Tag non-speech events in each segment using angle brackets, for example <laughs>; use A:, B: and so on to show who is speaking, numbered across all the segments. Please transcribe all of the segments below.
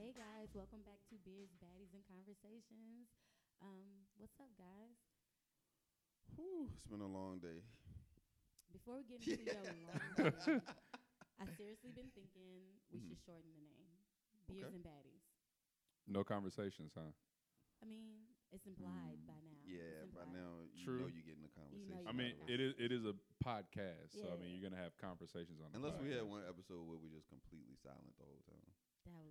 A: Welcome back to Beers, Baddies, and Conversations. Um, what's up, guys?
B: Whew, it's been a long day.
A: Before we get into
B: <laughs>
A: your long I seriously been thinking we should shorten the name. Beers and
B: Mm-hmm. Okay.
A: Baddies.
C: No conversations, huh?
A: I mean, it's implied by now. It's
B: Mm, Yeah,
A: implied.
B: by now you
C: True.
B: know you're getting a conversation.
A: you
C: I
B: out
C: mean,
B: of
A: got
C: it is it is a podcast, so I
A: Yeah.
C: mean, you're gonna have conversations on. The
B: Unless we had
C: podcast.
B: one episode where we just completely silent the whole time.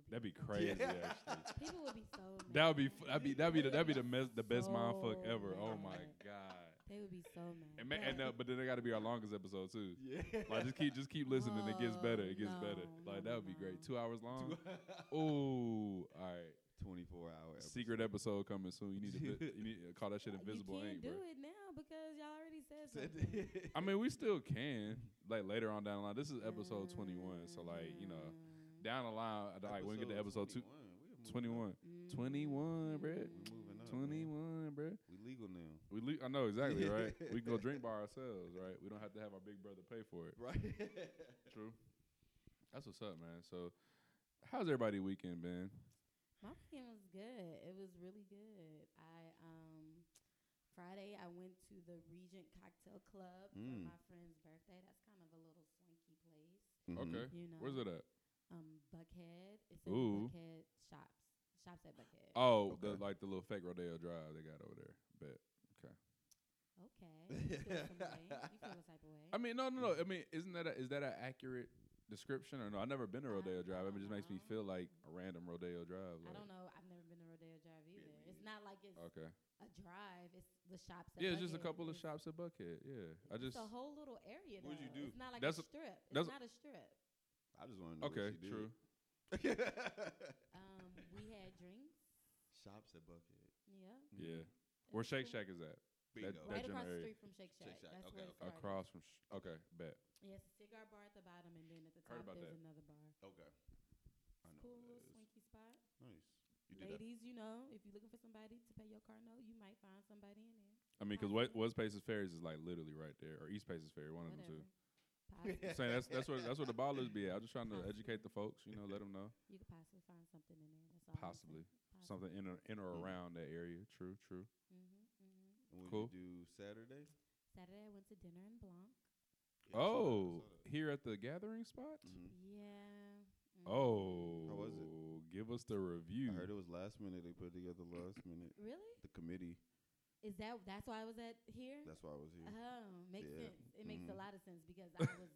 A: That would be
C: that'd be
A: fun.
C: crazy. Actually,
A: <laughs> People would be so mad.
C: that would be f- that'd be that'd be the, that'd be the mes- the
A: So
C: best mindfuck ever.
A: mad.
C: Oh my god!
A: They would be so mad.
C: And, ma- and uh, but then it got to be our longest episode too.
B: <laughs> Yeah.
C: Like
B: <laughs>
C: just keep just keep listening. it gets better. It gets
A: Oh,
C: better.
A: no,
C: Like
A: no,
C: that would be
A: no.
C: great. Two hours long. Ooh, all right.
B: 24 hour episode. <laughs>
C: Secret episode coming soon. You need to vi- you need to call that shit invisible
A: you can't
C: ink,
A: do
C: bro.
A: it now because y'all already said
B: Said
A: something.
C: I
B: <laughs>
C: mean, we still can. Like later on down the line. This is episode 21, so like you know,
A: Mm.
C: down the line, like when we get to episode two,
B: 21, we are moving up.
A: Mm-hmm.
C: 21. 21, bruh.
B: We're
A: Oh,
B: moving up.
C: 21, bruh.
B: We legal now.
C: We le- I know exactly, right? We can go drink by ourselves, right? We don't have to have our big brother pay for
B: <laughs>
C: it.
B: Right.
C: True. That's what's up, man. So, how's everybody weekend been?
A: My weekend was good. It was really good. I um Friday I went to the Regent Cocktail Club
B: Mm.
A: for my friend's birthday. That's kind of a little swanky place.
B: Mm-hmm.
C: Okay.
A: You know.
C: Where's it at?
A: Um Buckhead. It's in
C: Ooh.
A: Buckhead shops. Shops at Buckhead.
C: Oh, the
B: Okay.
C: like the little fake Rodeo Drive they got over there. Bet. Okay.
A: Okay. You feel some way. You feel a type of way.
C: <laughs> I mean, no, no, no. I mean, isn't that a, is that an accurate description or no? I've never been to
A: I
C: Rodeo Drive. I
A: don't
C: mean, it just makes me
A: know.
C: feel like a random Rodeo Drive.
A: I
C: like-
A: don't know. I've never been to Rodeo Drive either.
B: me
A: it's not like it's
C: Okay.
A: a drive. It's the shops. At
C: Yeah, it's just a
A: Buckhead.
C: couple of
A: It's-
C: shops at Buckhead. Yeah, I
A: It's
C: just
A: a whole little area.
B: What'd you
A: though.
B: do?
A: It's not like
C: That's
A: a
C: a-
A: strip. It's
C: that's a-
A: not a strip.
B: I just want to know what
C: okay.
B: she did.
C: True.
A: Um, we had drinks.
B: <laughs> Shops at Bucket.
A: Yeah.
C: Yeah. Where Shake
A: Cool.
C: Shack is at?
B: Bingo.
A: Right across
C: that
A: the
C: general
A: street from Shake Shack.
B: Shake Shack,
A: That's
B: okay,
A: where it
B: okay.
A: started.
C: Across from. Sh- okay, bet.
A: Yes, cigar bar at the bottom, and then at the
C: Heard
A: top
C: about
A: there's
C: that.
A: another bar.
B: okay. I know
A: Cool
B: what
A: little
B: that is.
A: swanky spot.
B: Nice. You did
A: Ladies, you know, if you're looking for somebody to pay your car note, you might find somebody in there.
C: I mean, because West, West Paces Ferries is like literally right there, or East Paces Ferry, one of them
A: Whatever.
C: two.
A: Possibly,
C: I'm <laughs> saying that's that's where that's where the ballers be at. I'm just trying to educate the folks, you know, let them know
A: you could possibly find something in there. That's all.
C: possibly something in or, in or
B: Mhm.
C: around that area. True, true.
A: Mm-hmm, mm-hmm.
B: that. What
C: Cool.
B: you do Saturday?
A: Saturday, I went to dinner in Blanc.
B: Yeah, I saw
C: oh,
B: that, I saw that.
C: here at the gathering spot.
B: Mhm.
A: Yeah. mhm.
C: Oh,
B: How was
C: Give us the
B: I
C: review.
B: heard it was last minute. They put together last minute.
A: Really?
B: The committee.
A: Is that that's why I was at here?
B: That's why I was here.
A: Oh, makes
B: Yeah.
A: sense. It makes a
B: Mhm.
A: lot of sense because I
B: <laughs>
A: was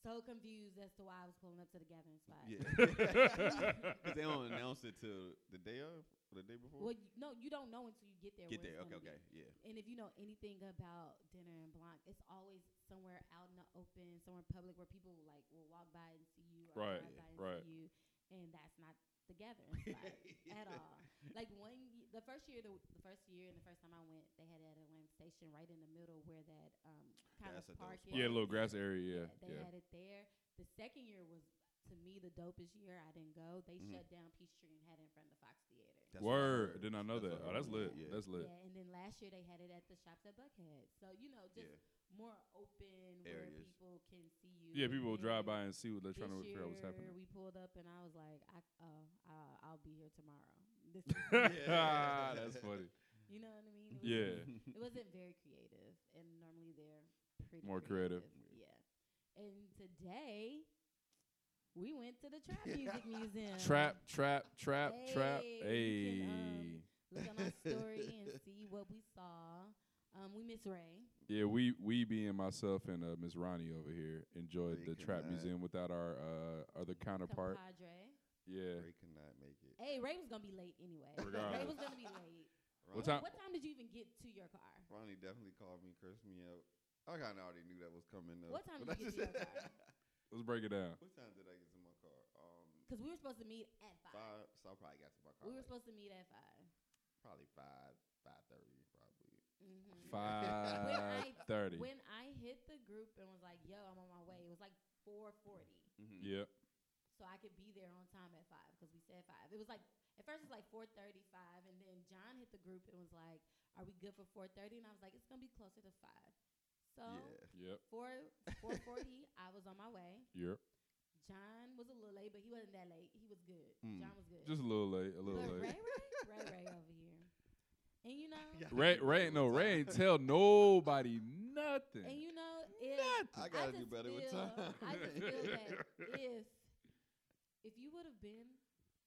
A: so confused as to why I was pulling up to the gathering spot.
B: Yeah. Because they don't announce it till the day of or the day
A: <laughs>
B: before.
A: Well, you, no, you don't know until you get there.
B: Get
A: where it's
B: there. Okay,
A: gonna be.
B: okay. Yeah.
A: And if you know anything about dinner and Blanc, it's always somewhere out in the open, somewhere public where people like will walk by and see you, or
C: Right,
A: drive by and
C: right.
A: see you, and that's not the
B: <laughs>
A: gathering spot at all. Like one, ye- the first year, the, the first year and the first time I went, they had it at Atlanta Station, right in the middle where that um, kind
B: That's a
A: of
B: dope
A: park.
B: spot.
A: is.
C: yeah, little grass area.
A: Yeah,
C: Yeah,
A: they
C: yeah.
A: had it there. The second year was to me the dopest year. I didn't go. They
B: Mhm.
C: Mm-hmm.
A: shut down Peachtree and had it in front of the Fox Theater.
B: That's what I
C: Word.
B: heard.
C: Did not know
B: That's
C: that.
B: what I
C: Oh, that's
B: heard.
C: lit.
B: Yeah.
C: That's lit.
A: Yeah, and then last year they had it at the shops at Buckhead. So you know, just <laughs>
B: Yeah.
A: more open where
B: Areas.
A: people can see you.
C: Yeah, people will drive
A: And
C: by and see what they're
A: This
C: trying to figure
A: year
C: out what's happening.
A: we pulled up and I was like, I, oh, I'll, I'll be here tomorrow.
C: <laughs>
A: This,
B: <laughs> Yeah.
C: That's funny.
A: you know what I mean? It was-
C: Yeah.
B: <laughs>
A: it wasn't very creative, and normally they're pretty
C: More creative.
A: Yeah, and today we went to the
C: <laughs>
A: trap music museum.
C: Trap, trap, trap, trap.
A: Hey, you can,
C: Hey.
A: Look
C: <laughs>
A: on our story and see what we saw. Um, we miss Ray.
C: Yeah, we we being myself and uh, Miss Ronnie over here enjoyed
B: They
C: the trap
B: cannot.
C: museum without our uh, other counterpart.
A: Compadre.
C: Yeah.
B: Ray could not make it.
A: Hey, Ray was gonna be late anyway. Ray
C: Regardless.
A: was gonna be late.
B: Ronnie,
C: time-
A: What time did you even get to your car?
B: Ronnie definitely called me, cursed me out. I kind of already knew that was coming. Though.
A: What time
B: But
A: did you get to
B: I
A: your
B: just-
A: car?
C: Let's break it down.
B: <laughs> What time did I get to my car? Um,
A: Because we were supposed to meet at five.
B: five. So I probably got to my car.
A: We were
B: like
A: supposed to meet at 5
B: probably five, five thirty, probably.
A: Mm-hmm.
C: Five thirty.
A: When I hit the group and was like, "Yo, I'm on my way," it was like 4:40,
B: Mm-hmm.
C: Yep.
A: so I could be there on time at five because we said five. It was like at first it was like 4:35, and then John hit the group and was like, "Are we good for 4:30?" And I was like, "It's gonna be closer to five. So Oh.
B: Yeah.
C: Yep.
B: <laughs>
A: four 4:40, I was on my way.
C: Yep.
A: John was a little late, but he wasn't that late. He was good.
B: Mm.
A: John was good.
C: Just a little late,
A: but
C: a little
A: Ray
C: late.
A: Ray, Ray Ray over here, and you know,
B: Yeah.
C: Ray, Ray, ain't- no, Ray ain't tell nobody nothing.
A: and you know, if
B: I
C: nothing.
B: gotta do
A: just
B: better with
A: feel-
B: time.
A: I just feel
B: <laughs>
A: that if if you would have been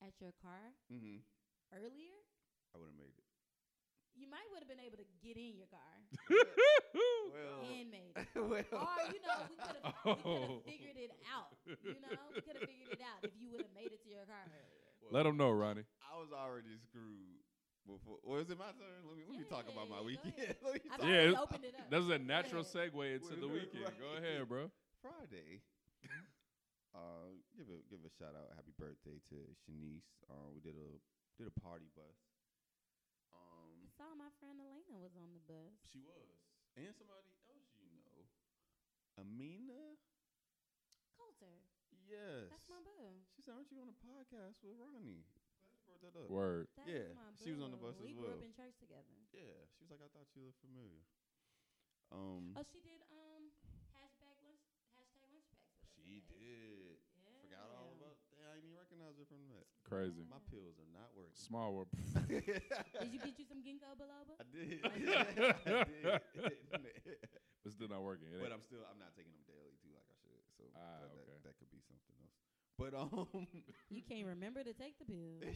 A: at your car
B: Mm-hmm.
A: earlier,
B: I would have made it.
A: you might would have been able to get in your
B: <laughs>
A: car
C: <laughs>
B: Oh.
A: and made it. <laughs>
B: well,
A: Or you know, we
B: <laughs>
A: could have we could have
C: Oh.
A: figured it out. You know, we could have figured it out if you would have made it to your car
B: <laughs>
A: earlier.
C: Let them know, Ronnie.
B: I was already screwed before. Well, is it my turn? Let me let me talk about my
A: Yeah, go
B: weekend. <laughs>
A: ahead.
B: Let me
A: I
B: talk
A: thought
C: Yeah,
A: we
C: it's-
A: opened it up.
C: That's
A: Go
C: a natural
A: ahead.
C: segue into the weekend. Go ahead, bro.
B: Friday. <laughs> Uh, give a give a shout out, happy birthday to Shanice. Uh, we did a did a party bus.
A: I
B: Um,
A: saw my friend Elena was on the bus.
B: she was, and somebody else you know, Amina.
A: Coulter,
B: Yes,
A: that's my boo.
B: she said, "Aren't you on a podcast with Ronnie?" Glad you brought that up.
C: Word.
A: That's
B: Yeah,
A: my boo.
B: she was on the bus as
A: we
B: well. Mm-hmm.
A: grew up in church together.
B: Yeah, she was like, "I thought you looked familiar." Um,
A: Oh, she did um hashtag lunch hashtag lunchbacks. with us
B: she
A: today.
B: did.
A: Yeah.
B: Forgot all about that. I didn't even recognize her from that.
C: Crazy.
B: My pills are not working. <laughs>
C: Small world.
A: <laughs>
C: <laughs>
A: Did you get you some ginkgo biloba?
B: I did. <laughs>
A: <laughs> I
B: I did.
C: It's still not working. It
B: but
C: ain't-
B: I'm still I'm not taking them daily too like I should. So
C: Ah,
B: that,
C: okay.
B: that, that could be something else. But <laughs> um
A: You can't remember to take the pill.
B: <laughs>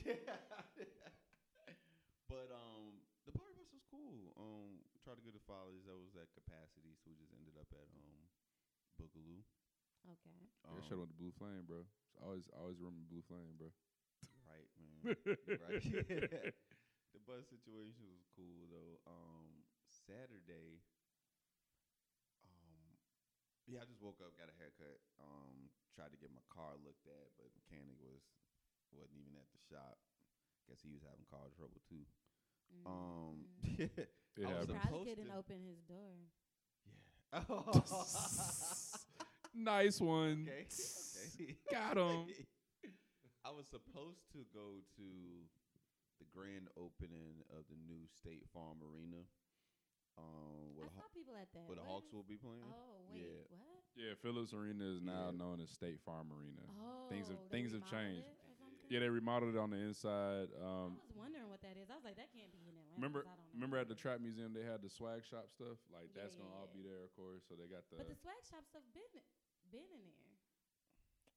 B: But um the party bus was cool. Um tried to get the followers that was at capacity, so we just ended up at um Boogaloo.
A: Okay.
C: Yeah,
B: Um,
C: shout out to Blue Flame, bro. Always, always remember Blue Flame, bro.
B: Right, man. You're right. <laughs> the bus situation was cool though. Um, Saturday, um, yeah, I just woke up, got a haircut. Um, tried to get my car looked at, but mechanic was wasn't even at the shop. Guess he was having car trouble too. Um,
A: Mm.
B: yeah. <laughs>
C: It
B: I was
C: happened.
A: Probably
B: supposed
A: couldn't
B: to-
A: open his door.
C: <laughs>
B: <laughs>
C: nice one. <laughs>
B: okay, okay.
C: Got
B: <laughs>
C: him.
B: I was supposed to go to the grand opening of the new State Farm Arena. Um,
A: I
B: where, the,
A: saw
B: Haw-
A: people at that.
B: where the
A: What?
B: Hawks will be playing.
A: Oh wait,
B: Yeah.
A: what?
C: Yeah, Phillips Arena is now
B: Yeah.
C: known as State Farm Arena.
A: Oh,
C: things have-
A: they
C: things have
A: remodeled
C: changed.
A: it or something?
C: Yeah, they remodeled it on the inside.
A: I
C: Um,
A: was wondering what that is. I was like, that can't be in Atlanta.
C: remember,
A: 'cause I don't know
C: remember
A: what
C: at the
A: it is.
C: Trap Museum they had the swag shop stuff. Like
A: Yeah,
C: that's
A: yeah,
C: gonna all
A: yeah.
C: be there, of course. So they got the.
A: But the swag shop stuff been been in there.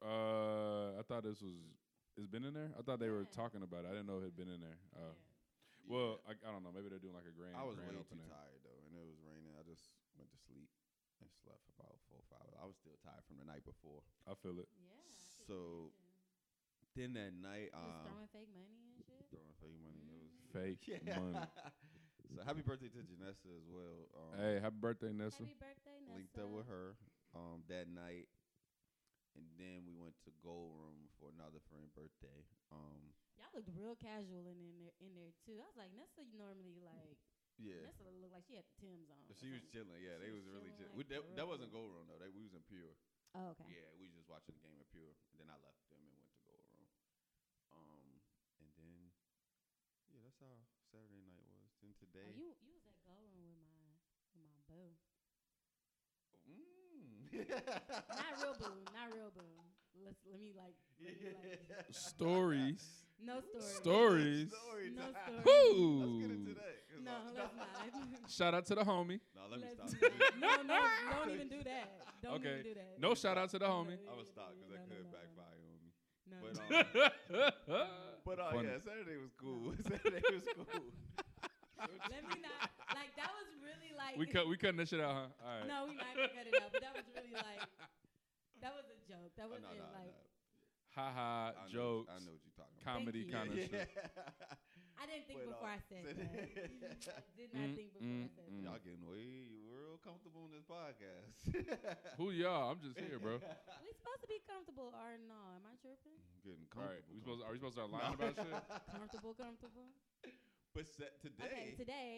C: uh, I thought this was. It's been in there. I thought they were
A: Yeah.
C: talking about it. I didn't know it had been in there. Oh.
A: Yeah.
B: Yeah.
C: Well, I, I don't know. Maybe they're doing like a grand.
B: I was
C: grand
B: way
C: opening.
B: too tired though, and it was raining. I just went to sleep and slept for about four or five. hours. I was still tired from the night before.
C: I feel it.
A: Yeah. I could
B: So,
A: imagine.
B: Then that night,
A: Just
B: um,
A: throwing fake money and shit.
B: throwing fake money. It was
C: Fake
B: <laughs> yeah.
C: money.
B: so happy birthday to Janessa as well. Um,
C: Hey, happy birthday, Nessa.
A: Happy birthday, Nessa.
B: linked up with her um, that night, and then we went to Gold Room for another friend birthday. Um,
A: Y'all looked real casual in, in there in there too. I was like, Nessa normally like
B: yeah,
A: Nessa looked like she had the Tim's on. or
B: she was
A: something.
B: chilling. Yeah,
A: She
B: they
A: was
B: was really
A: chilling
B: chilling.
A: like
B: that,
A: for
B: that
A: real.
B: wasn't Gold Room though. They, we was in Pure.
A: Oh, okay.
B: Yeah, we was just watching the game at Pure. And then I left them and went to Gold Room. Um, and then yeah, that's how Saturday night was. Then
A: Oh,
B: today,
A: you you was at Go Room with my with my boo.
B: mm.
A: Not
B: <laughs>
A: real boo, not real boo. Let's let me like, let me, like
C: Stories.
A: no story.
C: Stories.
B: Story <laughs>
A: No story.
B: time. Let's get into
C: Whoo!
B: that. 'cause
A: No,
B: I-
A: let's not.
C: Shout out to the homie.
B: <laughs> no, <laughs> let me
A: <laughs> Let's
B: stop.
A: not. <laughs> No, no,
B: <laughs>
A: don't
C: <laughs>
A: even do that. Don't
C: Okay.
A: even do that.
C: No shout out to
A: <laughs>
C: the homie.
B: I was stopped because that
A: No, no,
B: could
A: no, no.
B: backfire on me.
A: No,
B: But,
A: no,
B: um,
A: no.
B: But uh,
C: Funny.
B: yeah, Saturday was cool. <laughs> Saturday was cool.
A: let me not. <laughs>
B: <laughs>
A: Like that was really like.
C: we cut we cutting that shit out, huh? All right.
A: No, we might cut it out, but that was really like.
C: <laughs>
A: That was a joke. That
B: Oh,
A: wasn't
B: no, no, no.
A: like.
C: Ha
B: I
C: ha
B: know-
C: jokes.
B: I know what you're talking about.
A: you.
C: Comedy kind of
B: yeah.
C: shit.
B: <laughs>
A: I didn't think
B: But,
A: before
B: uh,
A: I
B: <laughs>
A: said that. <laughs> I did not
C: Mm,
A: think before I
C: mm,
A: said
C: mm.
A: that.
B: Y'all getting way real comfortable on this podcast. <laughs>
C: Who y'all? I'm just here, bro.
A: We supposed to be comfortable or no? Am I
B: <laughs>
A: tripping?
B: Getting comfortable.
C: All right. We
B: comfortable.
C: supposed are we supposed to start lying about shit?
B: <laughs>
A: Comfortable, comfortable.
B: but set
A: okay,
B: today,
A: today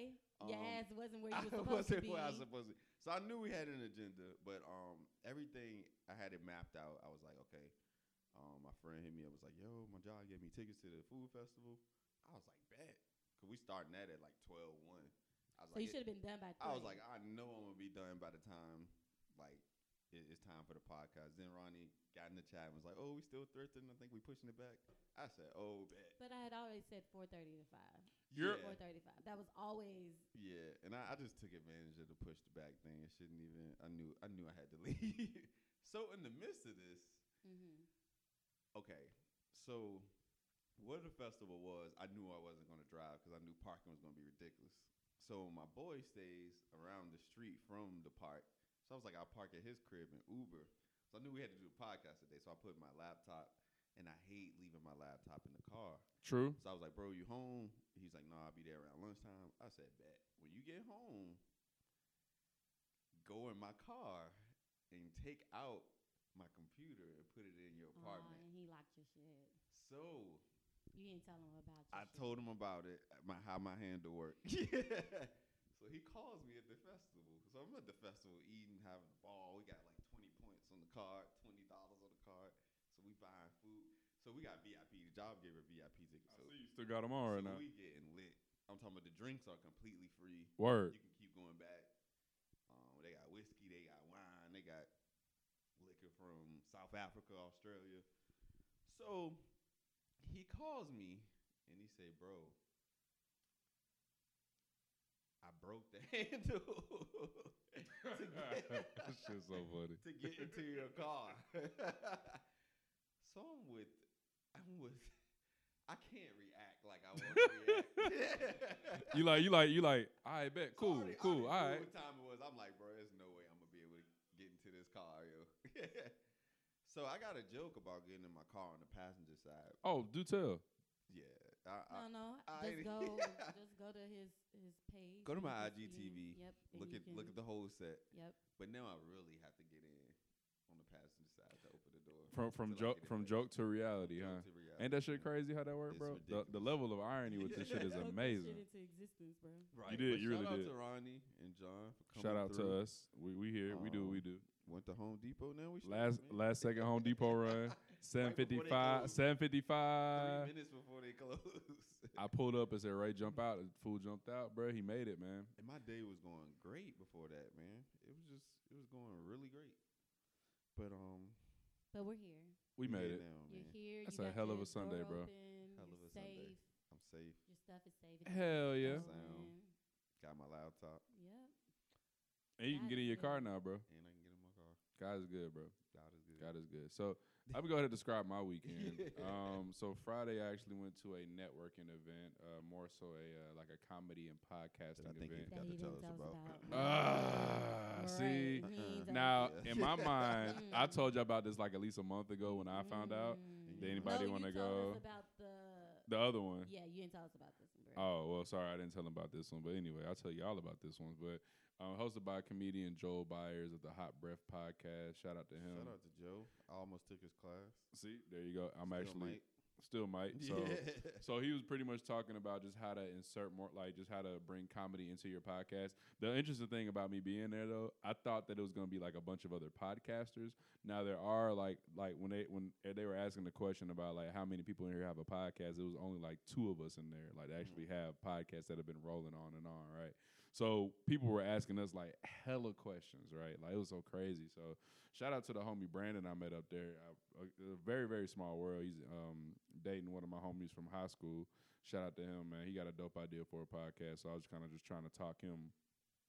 A: your
B: um,
A: ass wasn't
B: <laughs>
A: where
B: I
A: you were supposed to
B: wasn't
A: be.
B: where I was supposed to. be. So I knew we had an agenda, but um, everything I had it mapped out. I was like, okay. Um, my friend hit me up was like, yo, my job gave me tickets to the food festival. I was like, bet. Cause we starting that at like 12 I
A: so
B: was like, uh,
A: you should have been done by. Three.
B: I was like, I know I'm gonna be done by the time like it, it's time for the podcast. Then Ronnie got in the chat and was like, "Oh, we still thrifting. I think we pushing it back." I said, "Oh, bet."
A: But I had always said 4:30 to 5.
C: You're-
B: yeah,
A: 4:35. That was always
B: yeah, and I, I just took advantage of the push the back thing. It shouldn't even. I knew. I knew I had to <laughs> leave. so in the midst of this,
A: mm-hmm.
B: okay, so what the festival was, I knew I wasn't going to drive because I knew parking was going to be ridiculous. So my boy stays around the street from the park. So I was like, I'll park at his crib and Uber. So I knew we had to do a podcast today. So I put my laptop, and I hate leaving my laptop in the car.
C: True.
B: So I was like, bro, you home? He's like, no, I'll be there around lunchtime. I said, bet. When you get home, go in my car and take out my computer and put it in your apartment.
A: and he locked your shit.
B: So
A: You didn't tell him about your
B: I
A: shit.
B: told him about it, uh, my how my handle <laughs> worked. so he calls me at the festival. So I'm at the festival eating, having a ball. We got like 20 points on the card, $20 on the card. So we buying food. So we got VIP. The job gave her VIP tickets. Oh, So,
C: you still got them on right
B: so
C: now.
B: we getting lit. I'm talking about the drinks are completely free.
C: <laughs> Word.
B: You can keep going back. Um, they got whiskey, they got wine, they got liquor from South Africa, Australia. So he calls me and he say, "Bro, I broke the <laughs> handle to, get,
C: <laughs> That shit's so
B: <laughs>
C: funny.
B: to get into your car." <laughs> so I'm with, I'm with. I can't react like I
C: <laughs>
B: want to react.
C: You like, you like, you like.
B: <laughs>
C: I bet.
B: So I
C: Cool,
B: already- I
C: cool.
B: already
C: All
B: knew
C: right.
B: What time it was? I'm like, bro, there's no way I'm gonna be able to get into this car, yo. <laughs> so I got a joke about getting in my car on the passenger side.
C: Oh, do tell.
B: Yeah, I, I,
A: No, no.
B: uh, I
A: just
B: ain't- <laughs>
A: go, just go to his his page.
B: Go to
A: you
B: my
A: can
B: IGTV,
A: see- Yep. and
B: look
A: you
B: at look
A: can-
B: at the whole set. <laughs>
A: Yep.
B: But now I really have to get in on the passenger side to open the door.
C: From from
B: till I
C: joke
B: get in
C: from
B: there.
C: joke to reality,
B: Joke
C: huh?
B: to reality,
C: Ain't that
B: yeah.
C: shit crazy how that worked,
B: It's
C: bro? The, the
B: ridiculous.
C: level of irony with this shit
B: <laughs>
C: is
A: Spoke that
C: amazing.
A: Shit into existence, bro.
B: Right.
C: did,
B: but
C: you really
B: shout out
C: did.
B: to Ronnie and John for coming
C: Shout out
B: through.
C: to us. We we here. we do what we
B: Um,
C: do.
B: Went to Home Depot now. We
C: Last
B: straight, man.
C: last second Home
B: <laughs>
C: Depot <laughs> run. Seven fifty five.
B: close.
C: Seven fifty
B: Three
C: five.
B: minutes before they close.
C: <laughs> I pulled up and said, "Ray, jump out." The fool jumped out, bro. He made it, man.
B: And my day was going great before that, man. It was just it was going really great. But um
A: But we're here.
C: We made it.
B: now,
A: You're
B: man.
A: here.
C: Oh, That's
A: you
C: a
A: got
C: hell of
A: your
C: a Sunday,
A: door
C: bro.
A: open,
B: Hell
A: you're
B: of a
A: safe.
B: Sunday. I'm safe.
A: Your stuff is safe. It's
C: Hell
A: going.
C: yeah.
B: Got my laptop
A: Yep.
C: And you can
A: God
C: get in
A: is
C: your car
A: good.
C: now, bro.
B: and I can get in my car.
C: God is good, bro.
B: God is good.
C: God is good. So I'm gonna go ahead and describe my
B: <laughs>
C: weekend. um, so Friday I actually went to a networking event, uh, more so a uh, like a comedy and podcasting
B: I think you
C: event.
B: got
A: That
B: to
A: he
B: tell
A: didn't
B: us
A: tell us
B: about.
A: about.
C: Ah,
A: Right, he
C: see.
A: ain't
B: Uh-uh.
A: tell us.
C: Now
B: Yeah.
C: in my
B: <laughs>
C: mind, I
A: Mm.
C: told you about this like at least a month ago when I found out
A: Mm.
B: Did
C: anybody
A: no,
C: wanna
A: you told
C: go?
A: Us about the.
C: the other one.
A: Yeah, you didn't tell us about this one, bro.
C: Oh well, sorry I didn't tell him about this one. But anyway, I'll tell y'all about this one. But um, hosted by comedian Joel Byers of the Hot Breath Podcast. Shout out to him.
B: Shout out to Joe. I almost took his class.
C: See, there you go. I'm
B: Still
C: actually
B: might. <laughs>
C: still Mike. So.
B: yeah.
C: <laughs> So he was pretty much talking about just how to insert more, like just how to bring comedy into your podcast. The interesting thing about me being there, though, I thought that it was going to be like a bunch of other podcasters. Now there are like like when they when they were asking the question about like how many people in here have a podcast, it was only like two of us in there, like that actually have podcasts that have been rolling on and on, right? So people were asking us like hella questions, right? Like it was so crazy. So Shout out to the homie Brandon I met up there. I, a, a very very small world. He's um, dating one of my homies from high school. Shout out to him, man. He got a dope idea for a podcast. So I was kind of just trying to talk him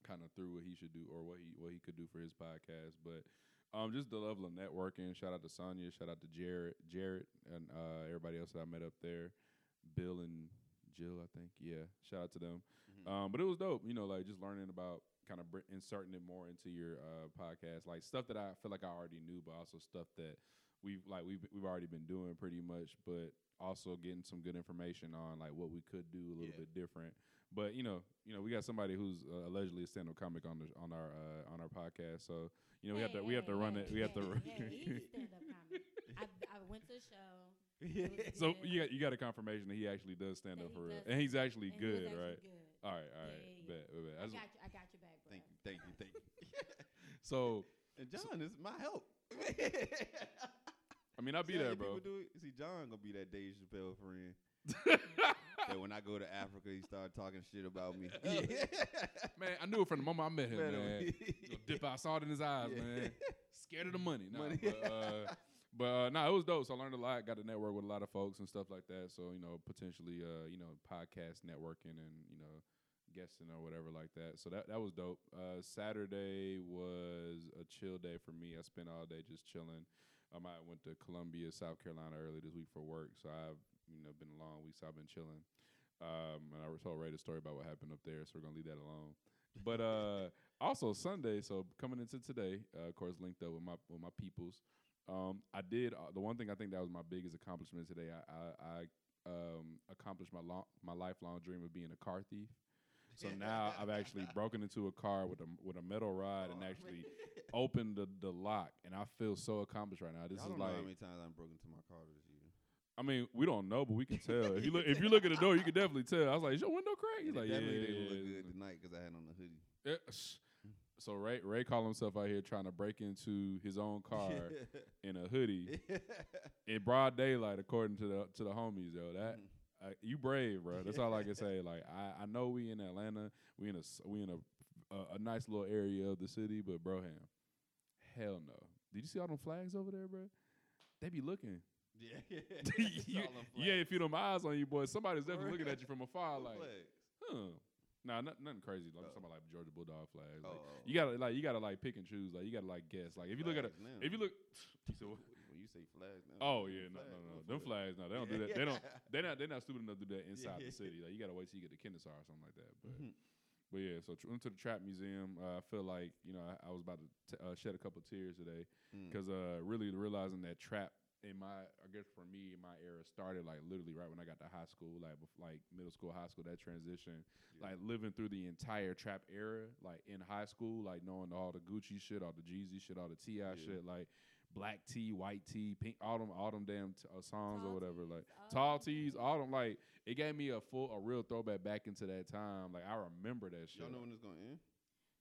C: kind of through what he should do or what he what he could do for his podcast. But um, just the level of networking. Shout out to Sonya. Shout out to Jared, Jared, and uh, everybody else that I met up there. Bill and Jill, I think. Yeah. Shout out to them.
B: Mhm.
C: Um, but it was dope. You know, like just learning about kind of br- inserting it more into your uh, podcast, like stuff that I feel like I already knew, but also stuff that we've like we've we've already been doing pretty much, but also getting some good information on like what we could do a little
B: Yeah.
C: bit different. But you know, you know, we got somebody who's uh, allegedly a stand-up comic on the on our uh, on our podcast, so you know we have to we have to
A: Hey,
C: run
A: hey,
C: it. We have to.
A: hey,
C: run
A: hey, he's a stand-up comic. I, I went to a show.
B: Yeah.
A: It was
C: <laughs> so
A: good.
C: you got you got a confirmation that he actually does stand
A: That
C: up
A: he
C: for real,
A: does
C: and he's actually
A: and he was
C: good,
A: actually
C: right?
A: Good.
C: All right, all right,
A: Yeah, yeah, yeah.
C: bet, bet, bet.
A: I
C: That's-
A: got you. I got you back, bro.
B: <laughs> Thank you, thank you, thank you.
C: So
B: And John is my help. <laughs> I'll
C: I mean, I'll be there, bro.
B: Do it? See, John gonna be that Dave Chappelle friend.
C: <laughs>
B: that when I go to Africa, he started talking shit about me. <laughs>
C: man, I knew it from the moment I met him,
B: Man,
C: man.
B: we- <laughs>
C: Gonna dip out salt in his eyes,
B: Yeah.
C: man. scared of the money. No,
B: Money.
C: But, uh, but uh, no, it was dope. So I learned a lot. Got to network with a lot of folks and stuff like that. So you know, potentially, uh, you know, podcast networking and you know, guesting or whatever like that. So that that was dope. Uh, Saturday was a chill day for me. I spent all day just chilling. Um, I went to Columbia, South Carolina early this week for work. So I've you know been a long week. So I've been chilling. Um, and I told Ray the story about what happened up there. So we're gonna leave that alone. But uh, also Sunday. So coming into today, uh, of course, linked up with my with my peoples. Um, I did uh, the one thing I think that was my biggest accomplishment today. I I, I um, accomplished my long, my lifelong dream of being a car thief.
B: <laughs>
C: So now I've actually broken into a car with a with a metal rod and
B: Oh.
C: actually opened the, the lock, and I feel so accomplished right now. This
B: Y'all
C: is
B: don't
C: like
B: know how many times I'm broken to my car this year.
C: I mean, we don't know, but
B: <laughs>
C: we can tell. if you look if you look at the door, you can definitely tell. I was like, "Is your window cracked?" He's
B: And it
C: like,
B: definitely
C: "Yeah."
B: didn't look
C: it's-
B: good tonight because I had on the hoodie. <laughs>
C: yeah, sh- So Ray Ray called himself out here trying to break into
B: <laughs>
C: his own car in a hoodie in broad daylight, according to the to the homies. Yo, that
B: Mm.
C: uh, you brave, bro. That's all I can say. Like I, I know we in Atlanta, we in a s- we in a a, a nice little area of the city, but bro, ham, hell no. Did you see all them flags over there, bro? They be looking.
B: <laughs> yeah, yeah. It's
C: <laughs> you,
B: all them
C: you ain't
B: flags.
C: feel them eyes on you, boy. Somebody's definitely
B: Word. <laughs>
C: looking at you from afar,
B: What
C: like,
B: flags?
C: huh? Nah, not, nothing crazy. Like, I'm
B: Oh.
C: talking about like Georgia Bulldog flags. Like,
B: Oh,
C: you gotta like you gotta like pick and choose. Like you gotta like guess. Like if you look at a,
B: flags now.
C: if you look, <laughs> you said, what?
B: when you say flags, now,
C: oh
B: what
C: yeah, no
B: flag?
C: no no,
B: What
C: them
B: flag?
C: flags no, they don't
B: Yeah,
C: do that. They
B: <laughs>
C: don't.
B: yeah.
C: They're not. They're not stupid enough to do that inside
B: yeah.
C: the city. Like you gotta wait till you get to Kennesaw or something like that. But
B: Mhm.
C: but yeah, so tr- went to the Trap Museum. Uh, I feel like you know I, I was about to t- uh, shed a couple tears today
B: Mm.
C: because uh, really realizing that trap in my I guess for me in my era started like literally right when I got to high school, like bef- like middle school, high school, that transition,
B: Yeah.
C: like living through the entire trap era, like in high school, like knowing all the Gucci shit, all the Jeezy shit, all the Ti
B: Yeah.
C: shit, like black tea, white tea, pink, all them, all them damn t- uh, songs or
A: Tall
C: whatever,
A: tees,
C: like
A: oh,
C: tall
A: yeah.
C: tees, all them, like it gave me a full, a real throwback back into that time. Like I remember that shit.
B: Y'all know when it's gonna end?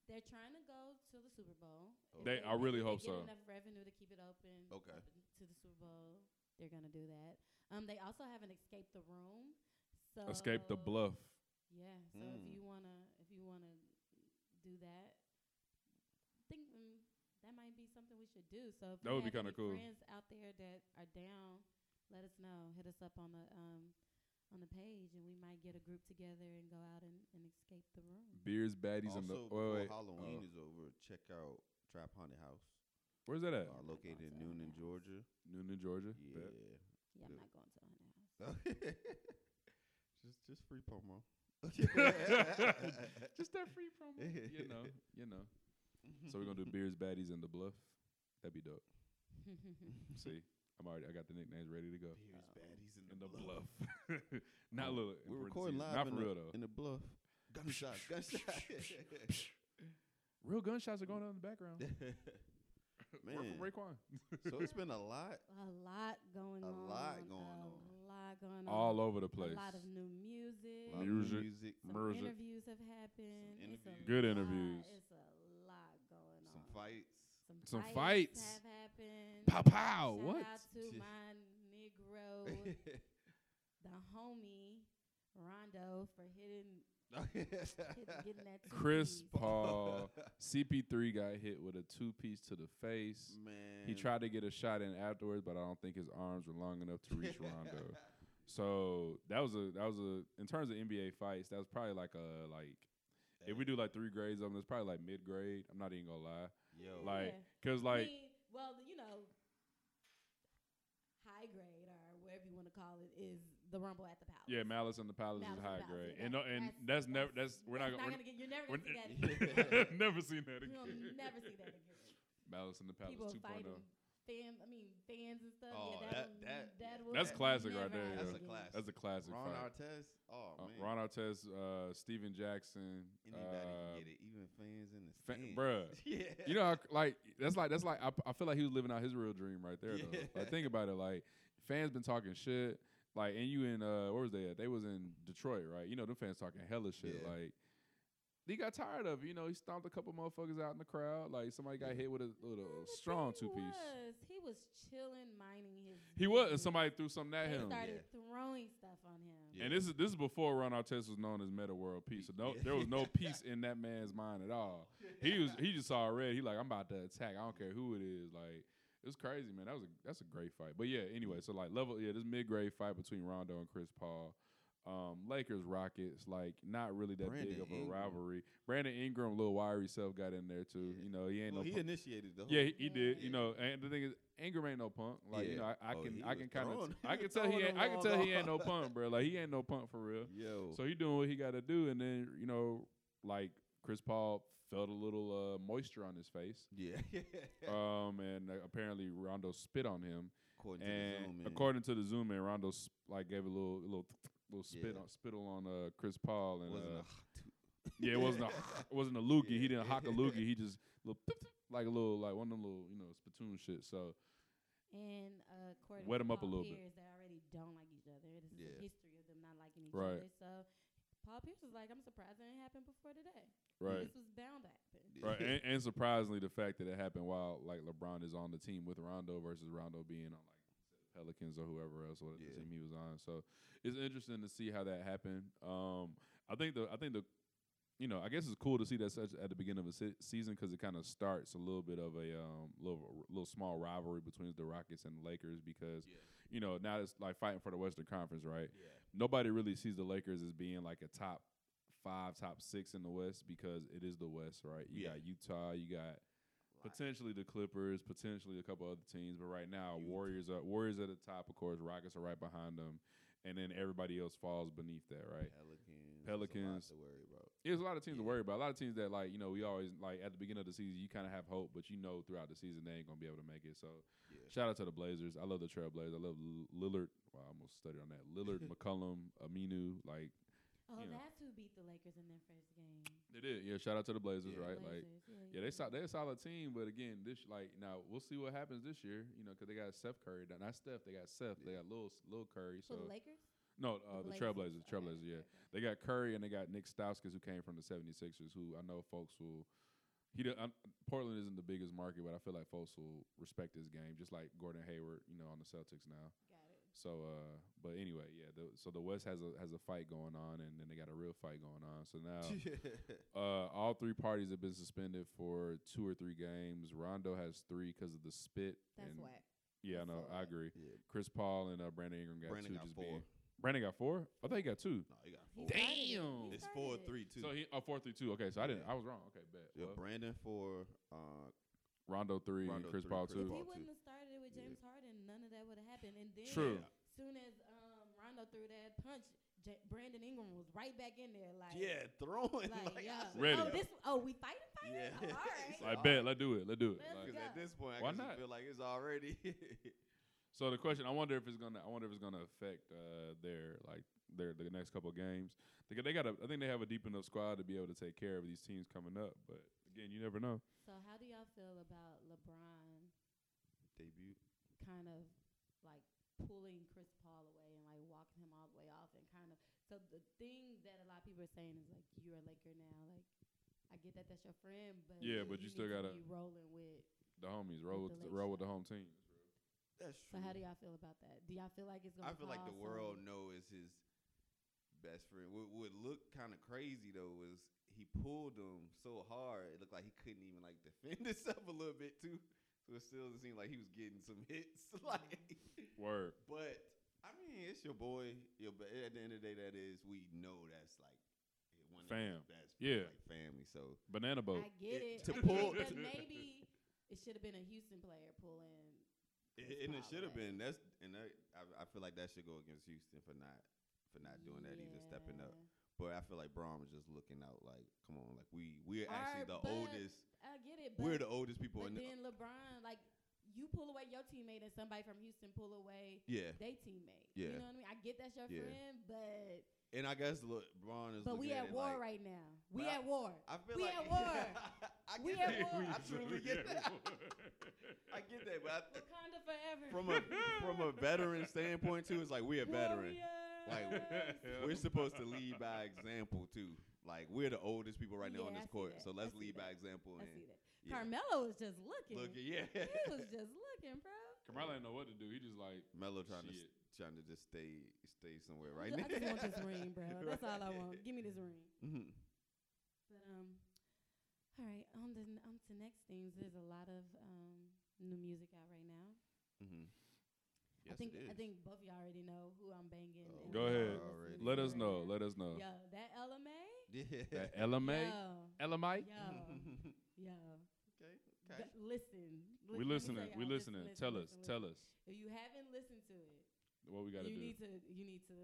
A: They're trying to go to the Super Bowl. If
C: They- I
A: if
C: really
A: they
C: hope
A: get
C: so.
A: Enough revenue to keep it open.
B: Okay.
A: up To the Super Bowl, they're gonna do that. Um, they also have an escape the room. So
C: Escape the bluff.
A: Yeah. So if
B: Mm.
A: you wanna, if you wanna do that, think mm, that might be something we should do. So if
C: That
A: you
C: would be
A: have
C: kinda
A: any
C: cool.
A: Friends out there that are down, let us know. Hit us up on the um on the page, and we might get a group together and go out and, and escape the room.
C: Beers, baddies,
B: also,
C: and the
B: before
C: wait, wait.
B: Halloween
C: Oh.
B: is over, check out Trap Haunted House,
C: Where's that at?
B: uh, located in
A: Haunted
B: Noonan,
A: House.
B: Georgia.
C: Noonan, Georgia. Bet.
B: Yeah.
A: Yeah, I'm not
B: Yeah.
A: going to haunted house. <laughs>
B: <laughs> just just free promo.
C: <laughs> Just that free promo. You
B: <laughs>
C: know, you know. So we're gonna do beers, baddies, and the bluff. That'd be
B: <laughs>
C: dope. See, I'm already. I got the nicknames ready to go.
B: Beers, baddies, and,
C: And the bluff. <laughs> not little. in
B: We're recording live
C: parentheses, Not
B: in,
C: for real
B: the,
C: though.
B: in the bluff. Gunshots, gunshots.
C: Real gunshots are going on in the background. We're
B: <laughs> Man,
C: from Raekwon.
B: so it's been a lot.
A: A lot going
B: A
A: on.
B: lot going on.
A: A lot going on.
C: All over the place.
A: Mm. A lot of new music.
B: lot of
C: Music.
B: music.
A: Some
C: music.
A: interviews have happened. It's a
B: interviews.
C: Good
A: lot-
C: interviews.
A: It's a lot going on.
B: Some fights.
C: Some
A: Some,
C: fights.
A: have happened.
C: Pow, pow,
A: Shout
C: what?
A: out
B: <laughs>
A: to my Negro, the homie Rondo for hitting, hit, getting that. two
C: Chris
A: piece.
C: Paul, CP3 got hit with a two piece to the
B: Mm.
C: face.
B: Man.
C: He tried to get a shot in afterwards, but I don't think his arms were long enough to reach Rondo. So that was a that was a in terms of NBA fights, that was probably like a like if we do like three grades of them, it's probably like mid grade. I'm not even gonna lie,
B: Yo.
C: like
A: Yeah.
C: because like
A: mean, well, you know, high grade or whatever you want to call it is the Rumble at the Palace.
C: yeah, Malice in the Palace
A: Malice
C: is
A: in
C: high
A: the Palace,
C: grade,
A: yeah,
C: and no,
A: that-
C: and
A: that's-
C: that's never that's we're not
A: That's
C: <laughs> gonna.
A: gonna get. You're never
C: We're,
A: gonna see that again.
B: we're-
C: <laughs> we're never seen that
A: You'll
C: again. <laughs>
A: never see that again.
C: Malice in the Palace oh.
A: People
C: 2.0.
A: fighting fam. I mean, fans and stuff.
B: Oh,
A: yeah,
B: that-
A: will-
B: that-
A: will
C: That's classic
A: never
C: right there,
A: happen
C: yeah.
B: That's a classic.
C: That's a classic
B: Ron
C: fight.
B: Artest. Oh,
C: Uh,
B: man.
C: Ron Artest, uh, Steven Jackson,
B: Anybody
C: uh,
B: can get it, even fans in the
C: fa-
B: stands.
C: bruh.
B: <laughs> yeah.
C: you know, how c- like that's like that's like I, p- I feel like he was living out his real dream right there. Though,
B: Yeah.
C: like think about it, like fans been talking shit, like and you in uh, where was they at? They was in Detroit, right? You know, them fans talking hella shit,
B: Yeah.
C: like He got tired of it. You know, he stomped a couple motherfuckers out in the crowd. Like somebody got hit with a little
A: But the
C: strong two
A: thing
C: piece.
A: was, He was chilling, minding his.
C: He was, and
A: business.
C: somebody threw something at
A: They
C: him.
A: started throwing stuff on him.
B: Yeah.
C: And this is this is before Ron Artest was known as Meta World Peace. So no, there was
B: <laughs>
C: no peace in that man's mind at all. He was he just saw red. He like I'm about to attack. I don't care who it is. Like it was crazy, man. That was a, that's a great fight. But yeah, anyway, so like level yeah, this mid grade fight between Rondo and Chris Paul. Um, Lakers Rockets like not really that
B: Brandon
C: big of a
B: Ingram.
C: rivalry. Brandon Ingram, little wiry self got in there too.
B: Yeah.
C: You know he ain't
B: Well,
C: no.
B: he
C: punk.
B: initiated the
C: Yeah,
B: whole-
C: he, he did.
B: Yeah.
C: You know, and the thing is, Ingram ain't no punk. Like you
B: Yeah.
C: know, I, I
B: Oh,
C: can
B: he
C: I
B: was
C: can kind of
B: throwing- he
C: I
B: was <laughs>
C: can tell he
B: throwing
C: ain't
B: them
C: I can tell he ain't no
B: long
C: punk, bro. Like he ain't no punk for real.
B: Yo.
C: So he doing what he got to do, and then you know, like Chris Paul felt a little uh, moisture on his face,
B: yeah. <laughs>
C: um, and uh, apparently Rondo spit on him.
B: according to
C: and
B: the Zoom, man.
C: according to the Zoom, and Rondo sp- like gave a little little little spit
B: Yeah.
C: on spittle on uh, Chris Paul, and
B: wasn't
C: uh,
B: a two-
C: yeah,
B: <laughs>
C: it wasn't a it wasn't a loogie. He
B: Yeah.
C: didn't hock a loogie. He just little <laughs> like a little like one of them little you know spittoon shit. So
A: And uh, according
C: Wet
A: to
C: 'em up a
A: Paul
C: little bit.
A: Pierce, they already don't like each other. This is
B: Yeah.
A: a history of them not liking each
C: Right.
A: other. So Paul Pierce was like, "I'm surprised it didn't happen before today.
C: right.
A: This was bound to happen."
C: Right, and, and surprisingly, the fact that it happened while like LeBron is on the team with Rondo versus Rondo being on like the Pelicans or whoever else, whatever
B: Yeah.
C: team he was on. So it's interesting to see how that happened. Um, I think the I think the you know I guess it's cool to see that such at the beginning of a se- season because it kind of starts a little bit of a um, little little small rivalry between the Rockets and the Lakers because
B: Yeah.
C: you know now it's like fighting for the Western Conference, right?
B: <laughs> Yeah.
C: nobody really sees the Lakers as being like a top five, top six in the West because it is the West, right? You
B: Yeah.
C: got Utah, you got potentially the Clippers, potentially a couple other teams, but right now
B: Utah.
C: Warriors are Warriors at the top, of course. Rockets are right behind them, and then everybody else falls beneath that, right?
B: Pelicans.
C: Pelicans.
B: There's a lot to worry about.
C: There's a lot of teams to
B: Yeah.
C: worry about. A lot of teams that like you know we always like at the beginning of the season you kind of have hope, but you know throughout the season they ain't gonna be able to make it. So
B: Yeah.
C: shout out to the Blazers. I love the Trailblazers. I love L- Lillard. Wow, I almost stuttered on that.
B: <laughs>
C: Lillard, McCollum, Aminu, like
A: Oh,
C: You know.
A: that's who beat the Lakers in their first game.
C: They did, yeah. Shout out to the Blazers,
B: Yeah.
C: right? Like,
A: Blazers,
C: yeah, they sol- they're a solid team, but again, this like now we'll see what happens this year, you know, because they got Steph Curry, not- not Steph, they got Steph, they
B: Yeah.
C: got little little Curry, so
A: For the Lakers.
C: no, uh, the Trailblazers, Trailblazers, yeah, they got Curry and they got Nick Stauskas who came from the 76ers, who I know folks will. He do- I'm, Portland isn't the biggest market, but I feel like folks will respect his game, just like Gordon Hayward, you know, on the Celtics now.
A: Got it.
C: So, uh, but anyway, yeah. The, so the West has a has a fight going on, and then they got a real fight going on. So now uh, all three parties have been suspended for two or three games. Rondo has three because of the spit.
A: That's
C: and
A: whack.
C: Yeah,
A: That's
C: no,
A: so
C: I
A: whack.
C: agree.
B: <laughs> yeah.
C: Chris Paul and uh, Brandon Ingram got
B: Brandon
C: two.
B: got
C: just
B: four.
C: being Brandon got four. I think he got two.
B: No, he got
A: He
B: four.
A: started it.
C: Damn.
A: He
B: It's
A: started
B: four,
A: it.
B: three, two.
C: So he oh, four through two. Okay, so I didn't.
B: Yeah.
C: I was wrong. Okay, bet.
B: yeah,
C: Well,
B: Brandon for uh,
C: Rondo three
B: Rondo
C: and Chris
B: three,
C: Paul
B: Chris
A: If
C: two.
A: he
B: Paul. too.
A: wouldn't have started it with
B: Yeah.
A: James Harden, none of that would have happened. And then,
C: True.
A: soon as um, Rondo threw that punch, J- Brandon Ingram was right back in there, like,
B: yeah, throwing
A: <laughs>
B: <laughs>
A: like,
B: like,
A: yeah.
B: I said,
C: Ready.
A: Oh,
B: <laughs>
A: this. Oh, we fighting, fighting.
B: Yeah.
A: Oh, all
C: <laughs>
A: right.
B: It's
C: Like bet. Let's do it. Let's do it.
A: Let's
C: Like,
B: Because at
A: Yeah.
B: this point, I
C: Why
B: just
C: not?
B: feel like it's already. <laughs>
C: So the question, I wonder if it's gonna, I wonder if it's gonna affect uh, their like their the next couple of games. They, got- they got, a, I think they have a deep enough squad to be able to take care of these teams coming up. But again, you never know.
A: So, how do y'all feel about LeBron
B: Debut.
A: kind of like pulling Chris Paul away and like walking him all the way off and kind of? So, the thing that a lot of people are saying is like, you're a Laker now. Like, I get that that's your friend, but
C: Yeah, but you still
A: need
C: gotta-
A: be rolling with.
C: The homies roll with,
A: With the
C: the,
A: late
C: roll with the
A: shot.
C: home team.
B: That's
A: So,
B: true.
A: how do y'all feel about that? Do y'all feel like it's gonna?
B: I feel like the
A: cause
B: world
A: some-
B: know is his best friend. What would look kind of crazy though was he pulled him so hard it looked like he couldn't even like defend <laughs> himself a little bit too. So it still seemed like he was getting some hits. <laughs> Like,
C: Word.
B: but I mean, it's your boy. Your but at the end of the day, that is we know that's like one of
C: Fam.
B: His best friends,
C: Yeah.
B: like family. So
C: Banana boat.
A: I get
B: It-
A: it.
B: to
A: I
B: pull-
A: get it, but
B: <laughs>
A: maybe it should have been a Houston player pulling.
B: It-
A: It's
B: and it
A: not
B: should have
A: right.
B: been. That's and that, I, I feel like that should go against Houston for not for not doing that either, stepping up.
A: Yeah.
B: But I feel like Braun was just looking out. Like, come on, like we we're
A: Alright,
B: actually the
A: but-
B: oldest.
A: I get it. But,
B: We're the oldest people
A: But
B: in. The,
A: then LeBron, like you pull away your teammate, and somebody from Houston pull away
B: yeah,
A: they teammate.
B: Yeah.
A: You know what I mean? I get that's your
B: Yeah.
A: friend, but
B: and I guess look, Braun is.
A: but we
B: looking
A: at
B: it
A: war
B: like,
A: right now. We
B: But I-
A: at war.
B: I feel
A: we
B: like <laughs>
A: at war.
B: I
A: We
B: get
A: at
B: that. <laughs>
A: war.
B: I truly get
C: <laughs>
B: that. I get that, but I, th-
A: Wakanda forever.
B: from
A: <laughs>
B: a from a veteran
A: <laughs>
B: standpoint too, it's like we're a veteran.
A: Warriors.
B: Like, We're supposed to lead by example too. Like we're the oldest people right now on
A: Yeah, I
B: this
A: see
B: court,
A: that.
B: so
A: I
B: let's
A: see
B: lead by
A: that.
B: example
A: I
B: and
A: see
B: <laughs>
A: that.
B: yeah,
A: Carmelo was just looking.
B: look at yeah.
A: He was
B: <laughs>
A: just looking, bro.
C: Kamala didn't know what to do. He just like
B: Melo trying to
C: Shit.
B: s- trying to just stay stay somewhere
A: I'm
B: right
A: ju-
B: now.
A: I just want
B: <laughs>
A: this ring, bro. That's all I
B: Right. <laughs>
A: want. Give me this ring.
B: Mhm.
A: But um, all right. On the n- on to next things. There's a lot of um new music out right now.
B: Mhm. Yes,
A: I think
B: it
A: I
B: is.
A: think both y'all already know who I'm banging.
B: Oh,
A: and
C: Go
A: who I'm
C: ahead.
A: listening
C: let
A: to
C: us
A: right
C: know.
A: now.
C: Let us know.
A: Yo, that LMA.
B: <laughs>
A: <laughs>
B: Yeah.
C: That LMA, LMI.
A: Yo,
C: Mm-hmm.
A: yo, yo.
B: okay.
A: Th- listen. Li- let me
C: We
A: tell
C: listening.
A: y'all,
C: We
A: just
C: listening.
A: listen,
C: Tell us.
A: listen, listen.
C: Tell us
A: If you haven't listened to it,
C: what we got to
A: you
C: do.
A: need to you need to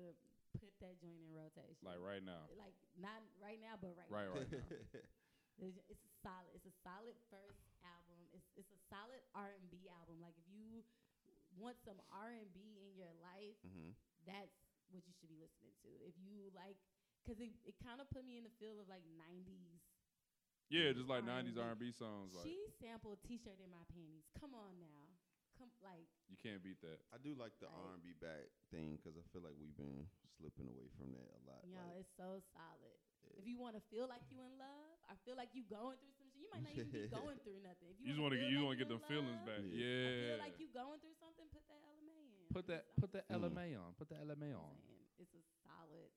A: put that joint in rotation.
C: Like right now.
A: Like not right now, but right.
C: Right.
A: Now.
B: <laughs>
C: Right. now.
A: It's it's a solid. It's a solid first album. It's it's a solid R and B album. Like if you want some R and B in your life,
B: Mhm.
A: that's what you should be listening to. If you like, because it, it kind of put me in the feel of like '90s.
C: Yeah, just like '90s
A: R&B.
C: R&B songs. Like
A: she sampled "T-shirt in my panties." Come on now, come like
C: you can't beat that.
B: I do like the
A: Like-
B: R and B back thing because I feel like we've been slipping away from that a
C: Uh,
B: lot.
A: Yo,
B: like,
A: it's so solid.
B: Yeah.
A: If you want to feel like you in love, I feel like you going through some shit. You might not even
C: <laughs>
A: be going through nothing. If
C: You just want to
A: feel
C: get you
A: like
C: want to get
A: in
C: them feelings
A: love,
C: back.
B: I
C: Yeah.
A: I feel like you going through something. Put that LMA in.
C: put that
A: I'm
C: put that
A: just-
B: Mm.
C: LMA on. Put that LMA
A: I'm
C: on.
A: saying, It's a solid,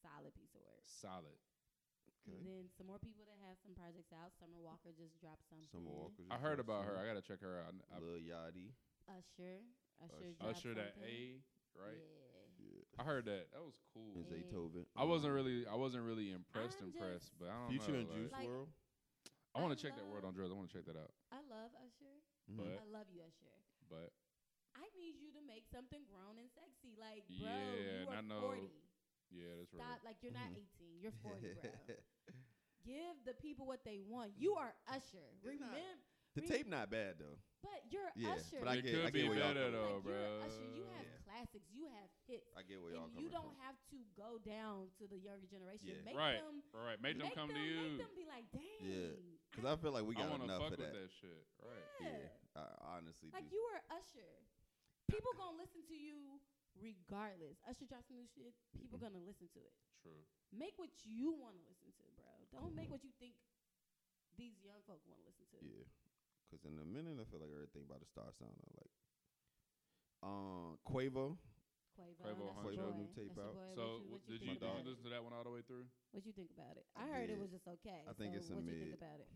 A: solid piece of work.
C: Solid.
A: And
B: okay.
A: then some more people that have some projects out. Summer Walker just dropped something.
B: Summer Walker.
C: I
B: just
C: heard
B: dropped
C: about her.
B: some.
C: I gotta check her out. I- I-
B: Lil Yachty.
A: Usher. Usher.
B: Usher.
A: dropped
C: Usher that
A: something.
C: A, right?
A: Yeah.
B: Yeah.
C: I heard that. That was cool.
B: And
A: Yeah.
B: Zaytoven.
C: I wasn't really I wasn't really impressed
A: I'm
C: impressed,
A: just-
C: but I don't
B: Future
C: know.
B: and
C: like,
B: Juice
A: Like-
B: World.
C: I want
A: I
C: to check that word on
A: love-
C: drugs. I want to check that out.
A: I love Usher.
C: But-
A: I love you, Usher.
C: But
A: I need you to make something grown and sexy. Like, bro,
C: Yeah,
A: you
C: and I
A: are
C: know.
A: 40.
C: yeah, that's
A: Stop.
C: right.
A: Like, you're not
B: Mhm.
A: 18. You're 40, bro.
B: <laughs>
A: Give the people what they want. You are Usher.
B: It's not-
A: Remember,
B: the
A: Re-
B: tape not bad though.
A: but you're
B: Yeah,
A: Usher.
B: but I
C: it
B: get-
C: could
B: I
C: be
B: get where y'all
C: better
B: coming
C: though,
A: like,
C: bro.
A: you're Usher. You have
B: Yeah.
A: classics. You have hits.
B: I get where y'all
A: And
B: coming
A: you don't
B: from.
A: have to go down to the younger generation.
B: Yeah.
A: Make
C: Right.
A: them
C: All right, make them come to
A: Make
C: you.
A: them be like, dang.
B: Yeah. Cause I feel like we
C: I
B: got
C: want to
B: enough
C: fuck
B: of
C: with that.
B: that.
C: shit. Right.
B: Yeah,
A: Yeah.
B: I honestly
A: Like
B: do.
A: you are Usher. People gonna listen to you regardless. Usher drops some new shit.
B: Mm-hmm.
A: People gonna listen to it.
C: True.
A: Make what you want to listen to, bro. Don't make what you think these young folk want to listen to.
B: Yeah, cause in a minute I feel like everything about to start sounding like. Um, Quavo. <laughs>
A: Quavo,
C: Quavo
A: that's
B: Quavo
A: your boy.
B: new tape
A: that's your
B: out.
A: boy.
C: so
A: what you, what
C: w- did
A: think
C: you did
A: about
C: you
A: it?
C: listen to that one all the way through?
A: What you think about it? I
B: I
A: heard it
B: did.
A: was just okay.
B: I think
A: so
B: it's a
A: what you think
B: mid.
A: about it?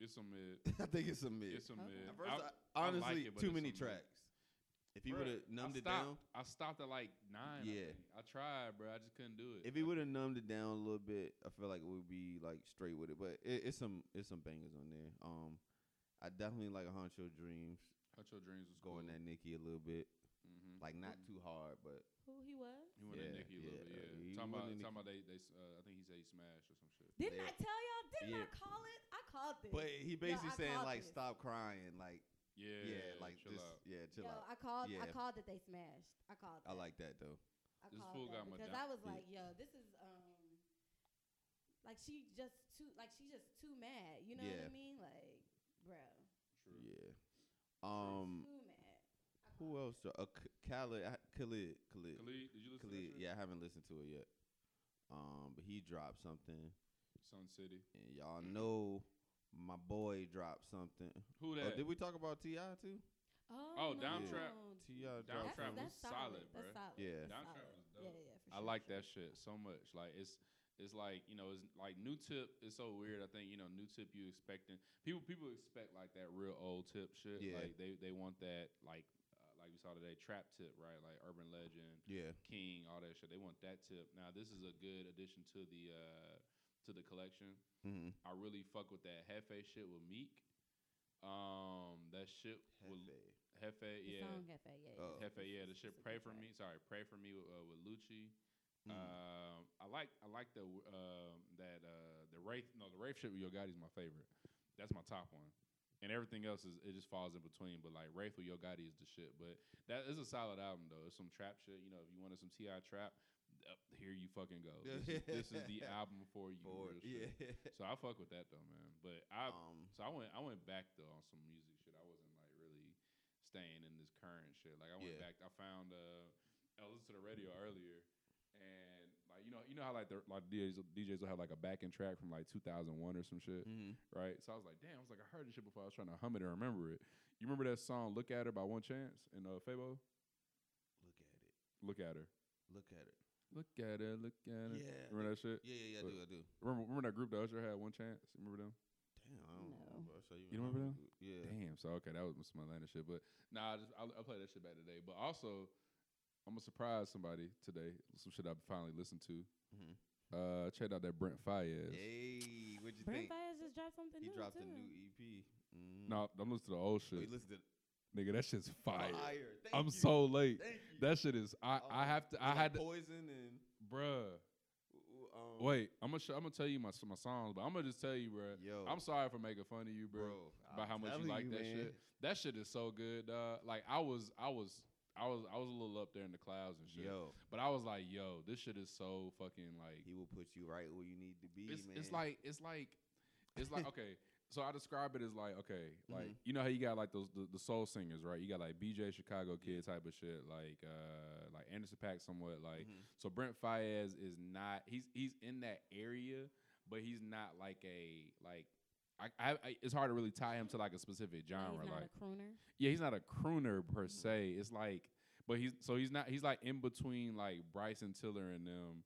C: It's some mid.
B: I think it's a <laughs> mid.
C: It's some
A: Okay.
C: mid.
B: At first, I-
C: I- I like
B: honestly,
C: it, but
B: too
C: it's
B: many
C: a mid.
B: tracks. If he
C: Bruh,
B: would have
C: I
B: numbed it
C: stopped-
B: down,
C: I stopped at like nine.
B: Yeah.
C: I, think. I tried, bro. I just couldn't do it.
B: if he would have numbed it down a little bit, I feel like it would be like straight with it. But it, it's some it's some bangers on there. Um, I definitely like a Honcho Dreams
C: Hot Your Dreams was
B: going at Nicki a little bit,
C: Mm-hmm.
B: like not too hard, but
A: Who he was?
C: He went at
B: Yeah,
C: Nicki a little
B: yeah,
C: bit.
B: uh,
C: Yeah.
B: he
C: talking
B: went
C: about
B: at
C: talking about they they s- uh, I think he said he smashed or some shit.
A: Didn't
B: Yeah.
A: I tell y'all? Didn't
B: Yeah.
A: I call it? I called this.
B: but he basically
A: I
B: saying
A: caught
B: like
A: this.
B: stop crying, like
C: Yeah.
B: yeah, like
C: chill
B: just
C: out.
B: yeah, chill
A: Yo,
B: out.
A: I called. I
B: Yeah.
A: called that they smashed. I called.
B: I
A: that.
B: like that though.
A: I
C: This
A: called
C: fool
A: that
C: got my
A: because I
C: down-
A: was
B: Yeah.
A: like, yo, this is um, like she just too, like she just too mad. You know
B: Yeah.
A: what I mean? Like, bro,
C: True.
B: Yeah.
A: she's
B: Um,
A: too mad. I
B: who
A: called
B: else? dro- Uh, K- Khaled, I- Khalid, Khalid,
C: Khalid, did you listen to
B: Khalid.
C: that shit?
B: Yeah, I haven't listened to it yet. Um, but he dropped something,
C: Sun City.
B: and y'all know my boy dropped something.
C: Who
B: Oh,
C: that?
B: did we talk about Ti too?
A: it.
C: Oh, Dom Trap.
A: no.
B: Ti
C: Dom
B: dropped
A: That's,
C: Trap
B: something.
A: that's
C: was
A: solid.
C: solid,
A: That's
C: bruh.
A: solid.
B: Yeah.
A: That's
C: Dom Trap
A: solid.
C: was
A: Yeah,
C: dope.
A: yeah, yeah, for
C: I
A: sure,
C: like
A: for
C: that
A: sure.
C: shit so much. Like it's it's like you know it's like new tip. It's so weird. I think you know new tip. You expecting people people expect like that real old tip shit.
B: Yeah.
C: Like they they want that like uh, like we saw today trap tip right like urban legend
B: Yeah.
C: king all that shit. They want that tip. Now this is a good addition to the uh to the collection.
B: Mm-hmm.
C: I really fuck with that Hefe shit with Meek. Um, that shit with Hefe,
A: The
C: yeah.
A: song Hefe, yeah, yeah.
B: Oh.
C: Hefe, yeah, the
A: It's-
C: shit.
A: it's a
C: Pray
A: good
C: for
A: track.
C: me. Sorry, pray for me with, uh, with Lucci.
B: Mm-hmm.
C: Um, I like I like the w- um that uh, the Wraith no the Wraith shit with Yo Gotti is my favorite. That's my top one, and everything else is it just falls in between. But like Wraith with Yo Gotti is the shit. But that is a solid album though. It's some trap shit. You know, if you wanted some Ti trap, uh, here you fucking go. This is, this is the album for you.
B: Bored.
C: real
B: Yeah.
C: shit. <laughs> So I fuck with that though, man. But
B: <laughs>
C: I
B: um,
C: so I went I went back though on some music shit. I wasn't like really staying in this current shit. Like I went
B: Yeah.
C: back. I found uh I listened to the radio earlier and Like you know, you know how like the like DJs, will- DJs will have like a backing track from like 2001 or some shit,
B: Mm-hmm.
C: right? So I was like, damn, I was like, I heard this shit before. I was trying to hum it and remember it. You remember that song "Look at Her" by One Chance and uh, Fabo?
B: Look at it.
C: Look
B: Look
C: at her,
B: at it.
C: look at her, look at her.
B: Yeah. I
C: Remember that shit?
B: think- Yeah, yeah, yeah. I do.
C: Look.
B: I do.
C: Remember, remember that group that Usher had One Chance? Remember them?
B: Damn. I don't
A: No.
B: remember. So
C: You don't remember
B: them? Yeah.
C: Damn. So okay, that was some Atlanta shit, but nah, I just I, I play that shit back today. But also, I'm gonna surprise somebody today. Some shit I finally listened to.
B: Mhm.
C: Uh, checked out that Brent Fayez.
B: Hey, what'd you
A: Brent
B: think?
A: Fayez just dropped something
B: He
A: new
B: dropped
A: too.
B: a new EP. Mm.
C: No, I'm listening to the old
B: Oh,
C: shit,
B: you listened to
C: nigga. That shit's fire.
B: Fire. Oh, Thank
C: I'm
B: you.
C: so late.
B: Thank you.
C: That shit is. I, I
B: Oh,
C: have to.
B: it's
C: I
B: like
C: had to.
B: poison and
C: Bruh.
B: w- w- um,
C: Wait. I'm gonna. Show, I'm gonna tell you my s- my songs, but I'm gonna just tell you, bruh.
B: Yo,
C: I'm sorry for making fun of you, bro. about
B: I'm
C: how much you
B: telling
C: like that shit. That shit is so good. Uh, like I was. I was. I was. I was a little up there in the clouds and shit.
B: Yo,
C: But I was like, yo, this shit is so fucking like
B: he will put you right where you need to be,
C: it's,
B: man.
C: it's like it's like it's like okay. <laughs> So I describe it as like okay, like
B: Mhm.
C: you know how you got like those the, the soul singers, right? You got like BJ Chicago Kid type of shit, like uh like Anderson Pack somewhat like
B: Mhm.
C: so Brent Fayez is not he's he's in that area, but he's not like a like I, I, I it's hard to really tie him to like a specific
A: Now
C: genre
A: He's not
C: like
A: a crooner.
C: yeah, he's not a crooner per se. It's like, but he's so he's not he's like in between like Bryson Tiller and them,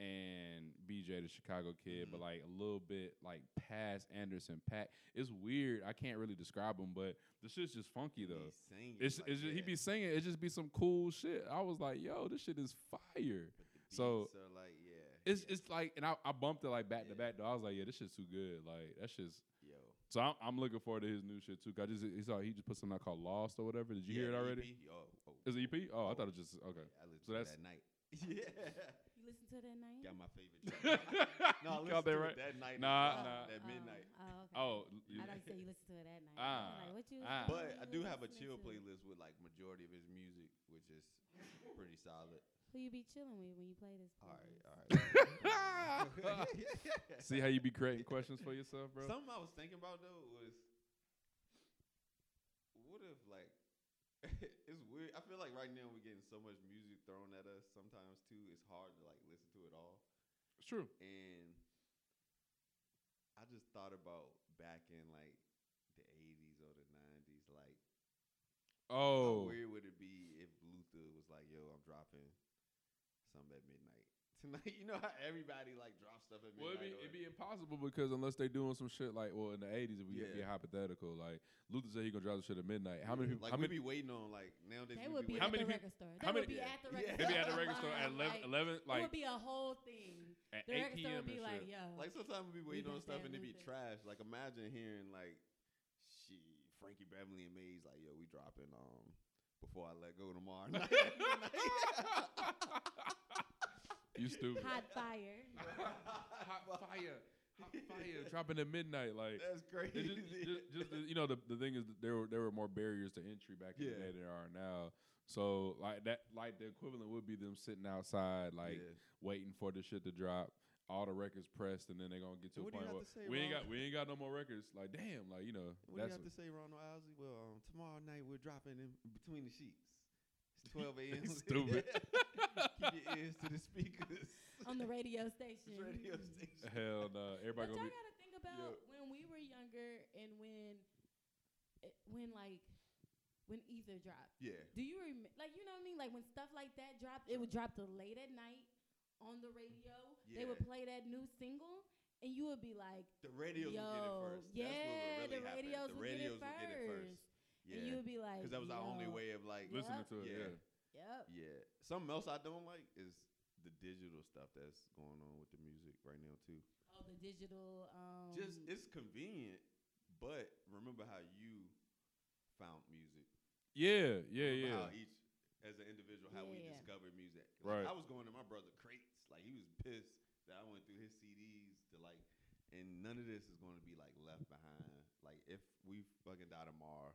C: and BJ the Chicago kid,
B: Mm-hmm.
C: but like a little bit like past Anderson Pack. It's weird. I can't really describe him, but the shit's just funky
B: He be
C: though.
B: singing
C: It's,
B: like
C: it's just, he
B: that,
C: be singing. It just be some cool shit. I was like, yo, this shit is fire.
B: but the
C: so-
B: beats are like yeah,
C: It's
B: yeah,
C: it's like, and I, I bumped it like back
B: Yeah.
C: to back though. I was like, yeah, this shit's too good. Like that shit's.
B: yo.
C: So I'm, I'm looking forward to his new shit too. 'cause I just he saw he just put something out called Lost or whatever. Did you
B: Yeah,
C: hear it
B: the
C: already?
B: EP? Oh, oh,
C: Is it EP? Oh, I
B: Oh.
C: thought it was just okay.
B: yeah, I listened
C: So
B: to
C: that's-
B: that
C: <laughs>
B: night. <laughs> Yeah,
A: You listen to that name?
B: got my favorite. track. no, I
C: <laughs>
B: listened
C: You caught
B: to
C: that
B: it
C: right.
B: that night. at
C: Nah,
B: five,
C: nah.
B: That midnight.
A: Oh,
C: Oh,
A: okay.
C: you-
A: I like to say you listen to it at night.
C: Ah,
A: like, what you
C: ah.
A: what
B: But I
A: you
B: do have a
A: listening
B: chill
A: to?
B: playlist with like majority of his music, which is pretty solid.
A: Who you be chilling with when you play this?
B: All
A: playlist?
B: right, all right.
C: <laughs> see how
B: <laughs>
C: you be creating questions for yourself, bro.
B: Something I was thinking about though was, what if like, <laughs> it's weird. I feel like right now we're getting so much music thrown at us. Sometimes too, it's hard to like listen to it all.
C: it's true.
B: And I just thought about back in like the '80s or the '90s, like
C: Oh,
B: How weird would it be if Luther was like, "Yo, I'm dropping something at midnight <laughs> tonight"? You know how everybody like drops stuff at
C: well, it'd be,
B: midnight.
C: it'd
B: or-
C: be impossible because unless they doing some shit like, well, in the '80s, if we
B: Yeah.
C: get hypothetical, like Luther said, he gonna drop the shit at midnight. How many
B: Yeah,
C: people?
B: Like
C: how
B: we
C: many?
B: be waiting on like nowadays.
A: They
B: we
A: would be
C: How
A: at
C: many
A: the
C: peop-
A: record store.
C: how
A: They would
C: many-
A: be at the record
B: Yeah. They
A: store.
C: <laughs> Maybe at the record store at 11,
A: Like,
C: 11
A: it
C: like
A: would be a whole thing.
C: at
A: The
C: 8
A: record store
C: p.m.
A: would be
C: and
A: like,
C: shit.
A: yo.
B: like sometimes we be waiting
A: got
B: on stuff
A: that
B: and it be
A: Luther.
B: trash. Like imagine hearing like, she Frankie Beverly and Maze like, "Yo, we dropping um before I let go tomorrow." <laughs>
C: <laughs>
B: night."
C: you
A: <laughs>
C: stupid.
A: Hot fire.
C: Hot fire, hot fire, <laughs> dropping at midnight. Like
B: That's
C: It
B: crazy. <laughs>
C: just, just, just the- you know, the, the thing is, that there were there were more barriers to entry back in the
B: Yeah.
C: day than there are now. So like that, like the equivalent would be them sitting outside, like
B: Yeah.
C: waiting for the shit to drop, all the records pressed, and then they're gonna get
B: And
C: to a
B: what do you
C: point
B: have
C: where
B: to say,
C: we ain't
B: Rob?
C: got we ain't got no more records. Like damn, like you know,
B: What do you
C: that's
B: have
C: <laughs>
B: to say, Ronald Owsley? Well, um, tomorrow night we're dropping in between the sheets. It's 12 a.m. <laughs>
C: Stupid.
B: Keep your ears to the speakers.
A: <laughs> On
B: <laughs>
A: the radio
B: It's
A: station.
B: radio station.
C: <laughs> hell no.
A: But
C: Everybody
A: y'all
C: gonna be
A: gotta think about when we were younger and when, it, when like, when Ether dropped.
B: Yeah.
A: Do you remember? Like, you know what I mean? Like when stuff like that dropped, it would drop to late at night on the radio. They would
B: Yeah.
A: play that new single, and you would be like,
B: The radios
A: yo,
B: will get it first.
A: yeah,
B: That's what would really
A: the radios
B: happen. the
A: will get it
B: radios will get it first.
A: first. and you
B: Yeah.
A: would be like,
B: Because that was our only
A: yo,
B: way of like.
A: Listen-
C: listening
A: Yup.
C: to it.
B: Yeah.
C: Yeah.
A: Yep.
B: Yeah. Something else I don't like is the digital stuff that's going on with the music right now, too.
A: Oh, the digital. Um,
B: Just, it's convenient, but remember how you found music.
C: yeah, yeah, yeah,
B: Remember How each as an individual, how we
A: Yeah.
B: discovered music. Like,
C: Right.
B: I was going to my brother crates. Like he was pissed that I went through his CDs to like, and none of this is going to be like left behind. Like if we fucking die tomorrow,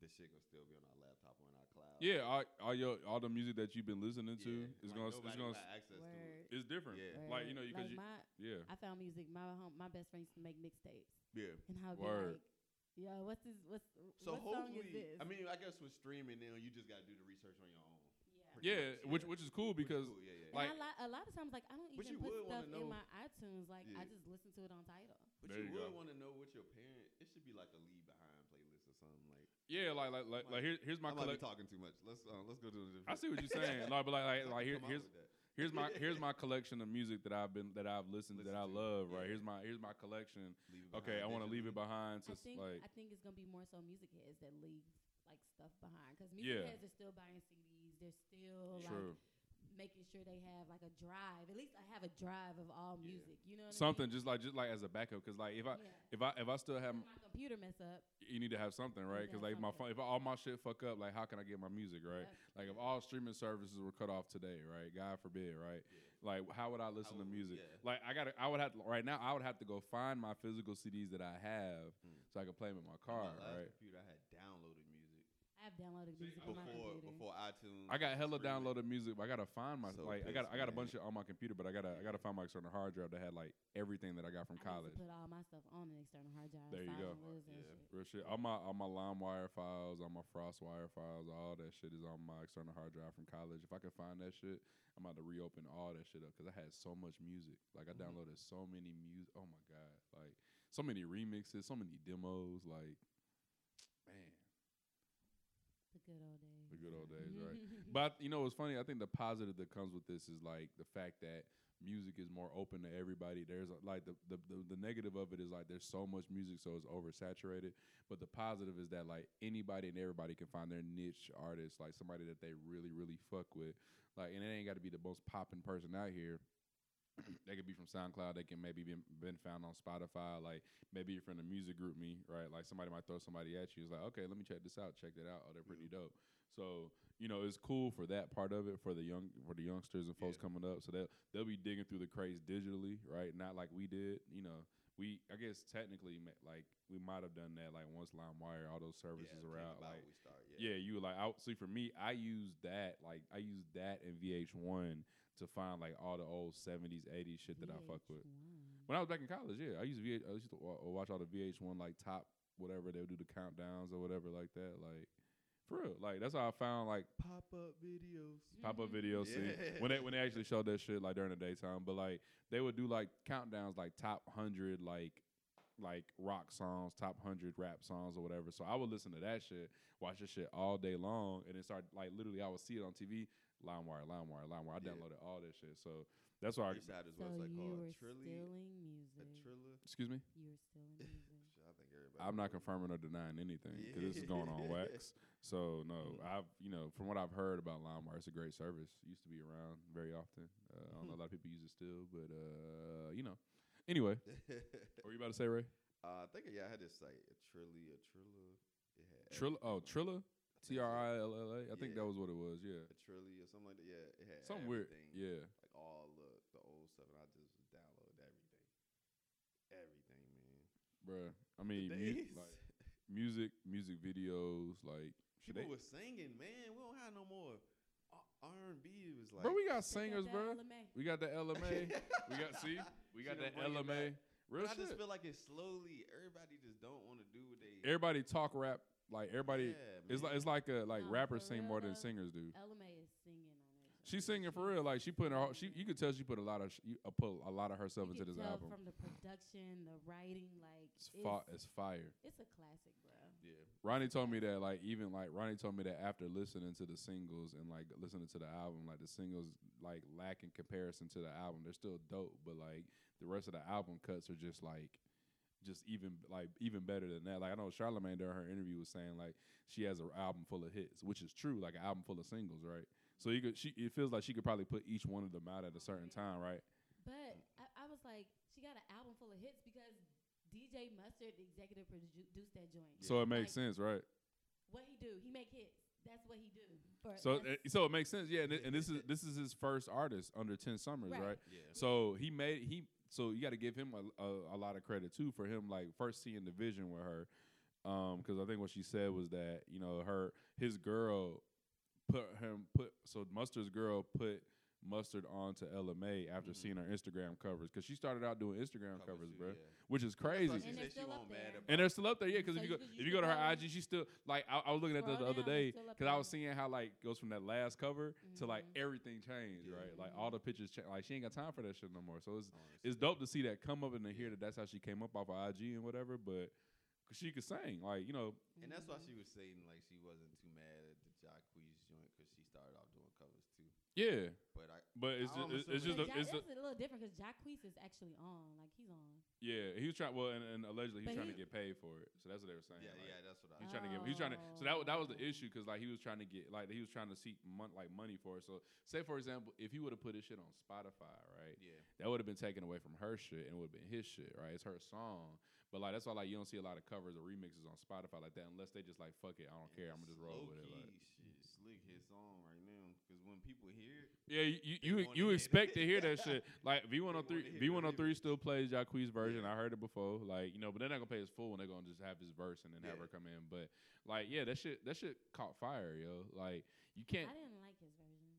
B: this shit gonna still be on our laptop or in our cloud.
C: yeah. All, all your all the music that you've been listening to is
B: like,
C: gonna
B: nobody
C: it's gonna
B: got access to it.
A: word,
C: it's different.
B: Yeah.
C: Like, you know,
A: word.
C: 'cause
A: Like my,
C: you- Yeah,
A: I found music. My home, my best friend used to make mixtapes,
B: Yeah.
A: and how be like,
C: Word.
A: yo, what's this? What's
B: So
A: what song is
B: hopefully,
A: this?
B: I mean, I guess with streaming now, you just gotta do the research on your own.
A: yeah.
D: pretty
C: yeah,
D: much,
C: which which is cool because
D: cool, yeah, yeah.
C: like-
A: and I li- a lot of times, like I don't
D: But
A: even
D: you
A: put
D: would wanna
A: stuff in
D: know-
A: my iTunes. Like I
D: Yeah.
A: just listen to it on title.
D: but
C: There
D: you,
C: you
D: would
C: go.
D: want to know what your parent. It should be like a leave behind playlist or something like.
C: yeah, like like like, like here, here's my
D: I might be
C: collect-
D: talking too much. Let's uh, let's go to the.
C: I see what you're saying. like, but like
D: <laughs>
C: like, like here, here's here's my here's my collection of music that I've been that I've listened to, that I
D: Listen to,
C: love. Right
D: yeah.
C: here's my here's my collection. Okay, I want to leave it behind. To
A: I
C: s-
A: think
C: like
A: I think it's gonna be more so music heads that leave like stuff behind because
C: Yeah.
A: music heads are still buying CDs. They're still
C: true.
A: like making sure they have like a drive. At least I have a drive of all
D: Yeah.
A: music. You know what
C: Something
A: I mean?
C: just like just like as a backup, because like if I
A: yeah.
C: if I if I still have
A: If
C: m-
A: my computer mess up.
C: you need to have something, right? Because
A: have
C: like my
A: something.
C: phone, if all my shit fuck up, like how can I get my music right?
A: Yep.
C: Like if all streaming services were cut off today, right? God forbid, right? Like how would I listen to
D: would-
C: music?
D: yeah.
C: Like I got, to I would have to, right now. I would have to go find my physical CDs that I have,
D: Mm.
C: so I could play them in my
D: my
C: car,
D: last
C: right?
D: computer. I had downloaded music
A: I've downloaded
C: See,
A: music
C: I
A: on my
D: before
A: computer.
D: before iTunes.
C: I got hella
D: streaming.
C: downloaded music, but I gotta find my
D: So
C: like I
D: pissed,
C: got I got a
D: man.
C: bunch of on my computer, but I gotta I gotta find my external hard drive that had like everything that I got from
A: I
C: college.
A: Used to put all my stuff on an external hard drive.
C: There you go.
A: files and
D: Yeah.
A: shit.
C: Real shit. All my all my LimeWire files, all my FrostWire files, all that shit is on my external hard drive from college. If I could find that shit, I'm about to reopen all that shit up because I had so much music. Like I
D: Mhm.
C: downloaded so many music. Oh my god! Like so many remixes, so many demos. Like man,
A: The good old days.
C: the good
A: <laughs>
C: old days, right? <laughs> But you know, it's funny. I think the positive that comes with this is like the fact that music is more open to everybody. There's uh, like the the, the the negative of it is like there's so much music, so it's oversaturated. But the positive is that like anybody and everybody can find their niche artist, like somebody that they really really fuck with. Like, and it ain't got to be the most popping person out here. they could be from SoundCloud. They can maybe been, been found on Spotify. Like maybe you're from the music group me, right? Like somebody might throw somebody at you. It's like, okay, let me check this out. Check that out. Oh, they're pretty dope. So you know, it's cool for that part of it for the young for the youngsters and folks coming up. So that they'll be digging through the crates digitally, right? Not like we did. You know, we I guess technically ma- like we might have done that like once LimeWire, all those services
D: yeah,
C: are
D: came
C: out.
D: about
C: Like,
D: when we started,
C: yeah. you were like I see for me, I use that like I use that and VH1 to find like all the old seventies, eighties shit that I fuck with.
A: VH1.
C: When I was back in college, yeah, I used to, VH, I used to wa- watch all the VH1 like top whatever they'll do the countdowns or whatever like that. Like for real, like that's how I found like
D: Pop up videos.
C: pop up
A: Mhm.
C: videos. See,
D: Mm-hmm. Yeah.
C: when they when they actually showed that shit like during the daytime, but like they would do like countdowns like top hundred like like rock songs, top hundred rap songs or whatever. So I would listen to that shit, watch this shit all day long, and it started like literally I would see it on TV. LimeWire, LimeWire, LimeWire. I
D: Yeah.
C: downloaded all that shit. So that's why. I,
D: East Side is
A: So
D: what it's like
A: you
D: called.
A: were
D: Trilly. uh,
A: stealing
D: A
A: music.
D: Trilla.
C: excuse me.
A: you were <laughs> stealing
D: <laughs>
A: music.
D: Shit, I think everybody.
C: I'm not
D: knows.
C: confirming or denying anything because this is going
D: <laughs>
C: on wax. So no,
D: Mhm.
C: I've you know from what I've heard about LimeWire, it's a great service. Used to be around very often. Uh, I don't
D: Hmm.
C: know a lot of people use it still, but uh, you know. Anyway, what were you about to say, Ray?
D: <laughs> uh, I think yeah, I had this site a Trilly, a Trilla. It had every-
C: Trilla? Oh, Trilla.
D: I
C: T
D: think
C: R
D: so.
C: I L L A. I think
D: Yeah.
C: that was what it was. Yeah.
D: a Trilly or something like that. Yeah, it had
C: Something weird.
D: everything,
C: Yeah.
D: Like all the the old stuff, and I just downloaded everything. Everything, man.
C: Bruh. I
D: The
C: mean, mu-
D: days. <laughs>
C: like music, music videos, like. shit,
D: people
C: they-
D: were singing, man. We don't have no more uh, R and B. was like,
C: bro, we
A: Check
C: got
A: out
C: singers,
A: that
C: bro.
A: LMA.
C: We got the LMA.
D: <laughs>
C: we got see, we
D: She
C: got
D: gonna
C: that
D: bring it
C: LMA.
D: back.
C: Real
D: But I just
C: shit.
D: feel like it's slowly. Everybody just don't want to do what they.
C: Everybody talk rap. Like everybody.
D: Yeah,
C: It's like
D: man.
C: it's like a like
A: No, Oh,
C: rappers
A: for
C: sing
A: real
C: more than
A: though.
C: singers do.
A: LMA is singing on it.
C: She's singing for real. Like she putting her whole- she you could tell she put a lot of sh- you, uh, put a lot of herself
A: You can
C: into this
A: tell
C: album.
A: From the production, the writing, like
C: It's,
A: it's,
C: fa- it's fire.
A: it's a classic, bro.
D: yeah.
C: Ronnie told me that like even like Ronnie told me that after listening to the singles and like listening to the album, like the singles like lack in comparison to the album. They're still dope, but like the rest of the album cuts are just like just even like even better than that. Like I know Charlamagne during her interview was saying like she has an album full of hits, which is true, like an album full of singles, right? So you could she it feels like she could probably put each one of them out at a certain time, right?
A: But I, I was like, she got an album full of hits because DJ Mustard executive produced that joint.
C: So it makes
A: Like,
C: sense, right?
A: What he do? He make hits. That's what he do. For
C: So
A: us.
C: uh, so it makes sense, yeah. And, thi- and this is this is his first artist under ten summers,
A: Right.
C: right?
D: Yeah.
C: So he made he so you got to give him a, a, a lot of credit too for him like first seeing the vision with her, because I think what she said was that you know her his girl put him put so Mustard's girl put mustered on to LMA after
D: Mhm.
C: seeing her Instagram covers because she started out doing Instagram covers,
D: too,
C: bro,
D: yeah.
C: which is
D: That's
C: crazy.
D: why
A: And
D: She
A: it's
D: said she
A: still up
D: won't mad
A: there.
D: about
C: And they're
D: it.
C: still up there, yeah. Because
A: So
C: if
A: you
C: you go,
A: could- you
C: if you go to
A: could
C: her
A: go-
C: IG, she's still like I, I was looking at
A: Scroll
C: that the other
A: down, it's
C: day
A: still up
C: because I
A: there.
C: was seeing how like goes from that last cover to like
A: Mhm.
C: everything changed,
D: Mm-hmm. Yeah.
C: right? Like
A: Mhm.
C: all the pictures, cha- like she ain't got time for that shit no more. So it's
D: Honestly.
C: it's dope to see that come up and to hear that that's how she came up off of IG and whatever. But 'cause she could sing, like you know,
D: And that's why
A: Mhm.
D: she was saying like she wasn't too mad at the Jacquees joint because she started off doing covers too.
C: yeah.
D: But I
C: But it's
D: I'm
C: just, it's, it's
D: assuming-
C: just
A: But
C: a,
A: Ja-
C: it's
A: it's
C: a,
A: a little different because Jacquees is actually on. Like he's on.
C: yeah. He was trying well, and, and allegedly he
A: But
C: was trying to
A: he-
C: get paid for it. So that's what they were saying.
D: yeah
C: like,
D: yeah that's what I
C: He's trying to get.
A: Oh.
C: He's trying to. So that wa- that was the issue because like he was trying to get like he was trying to seek mon- like money for it. So say for example, if he would have put his shit on Spotify, right,
D: yeah
C: that would have been taken away from her shit and would have been his shit, right? It's her song, but like that's why like you don't see a lot of covers or remixes on Spotify like that unless they just like fuck it, I don't care, I'm gonna just roll with it. Like.
D: Low-key, shit, slick his song right now because when people hear it,
C: Yeah, you you,
D: They
C: you,
D: wanna
C: you
D: hear
C: expect
D: that.
C: to hear that
D: <laughs>
C: shit. Like V one
D: wanna
C: hundred three,
D: hear
C: V
D: the
C: one hundred three
D: remix.
C: still plays Jacquees' version.
D: Yeah.
C: I heard it before. Like you know, but they're not gonna play his full, and they're gonna just have his verse and then have
D: Yeah.
C: her come in. But like, yeah, that shit that shit caught fire, yo. Like you can't
A: I didn't like his version.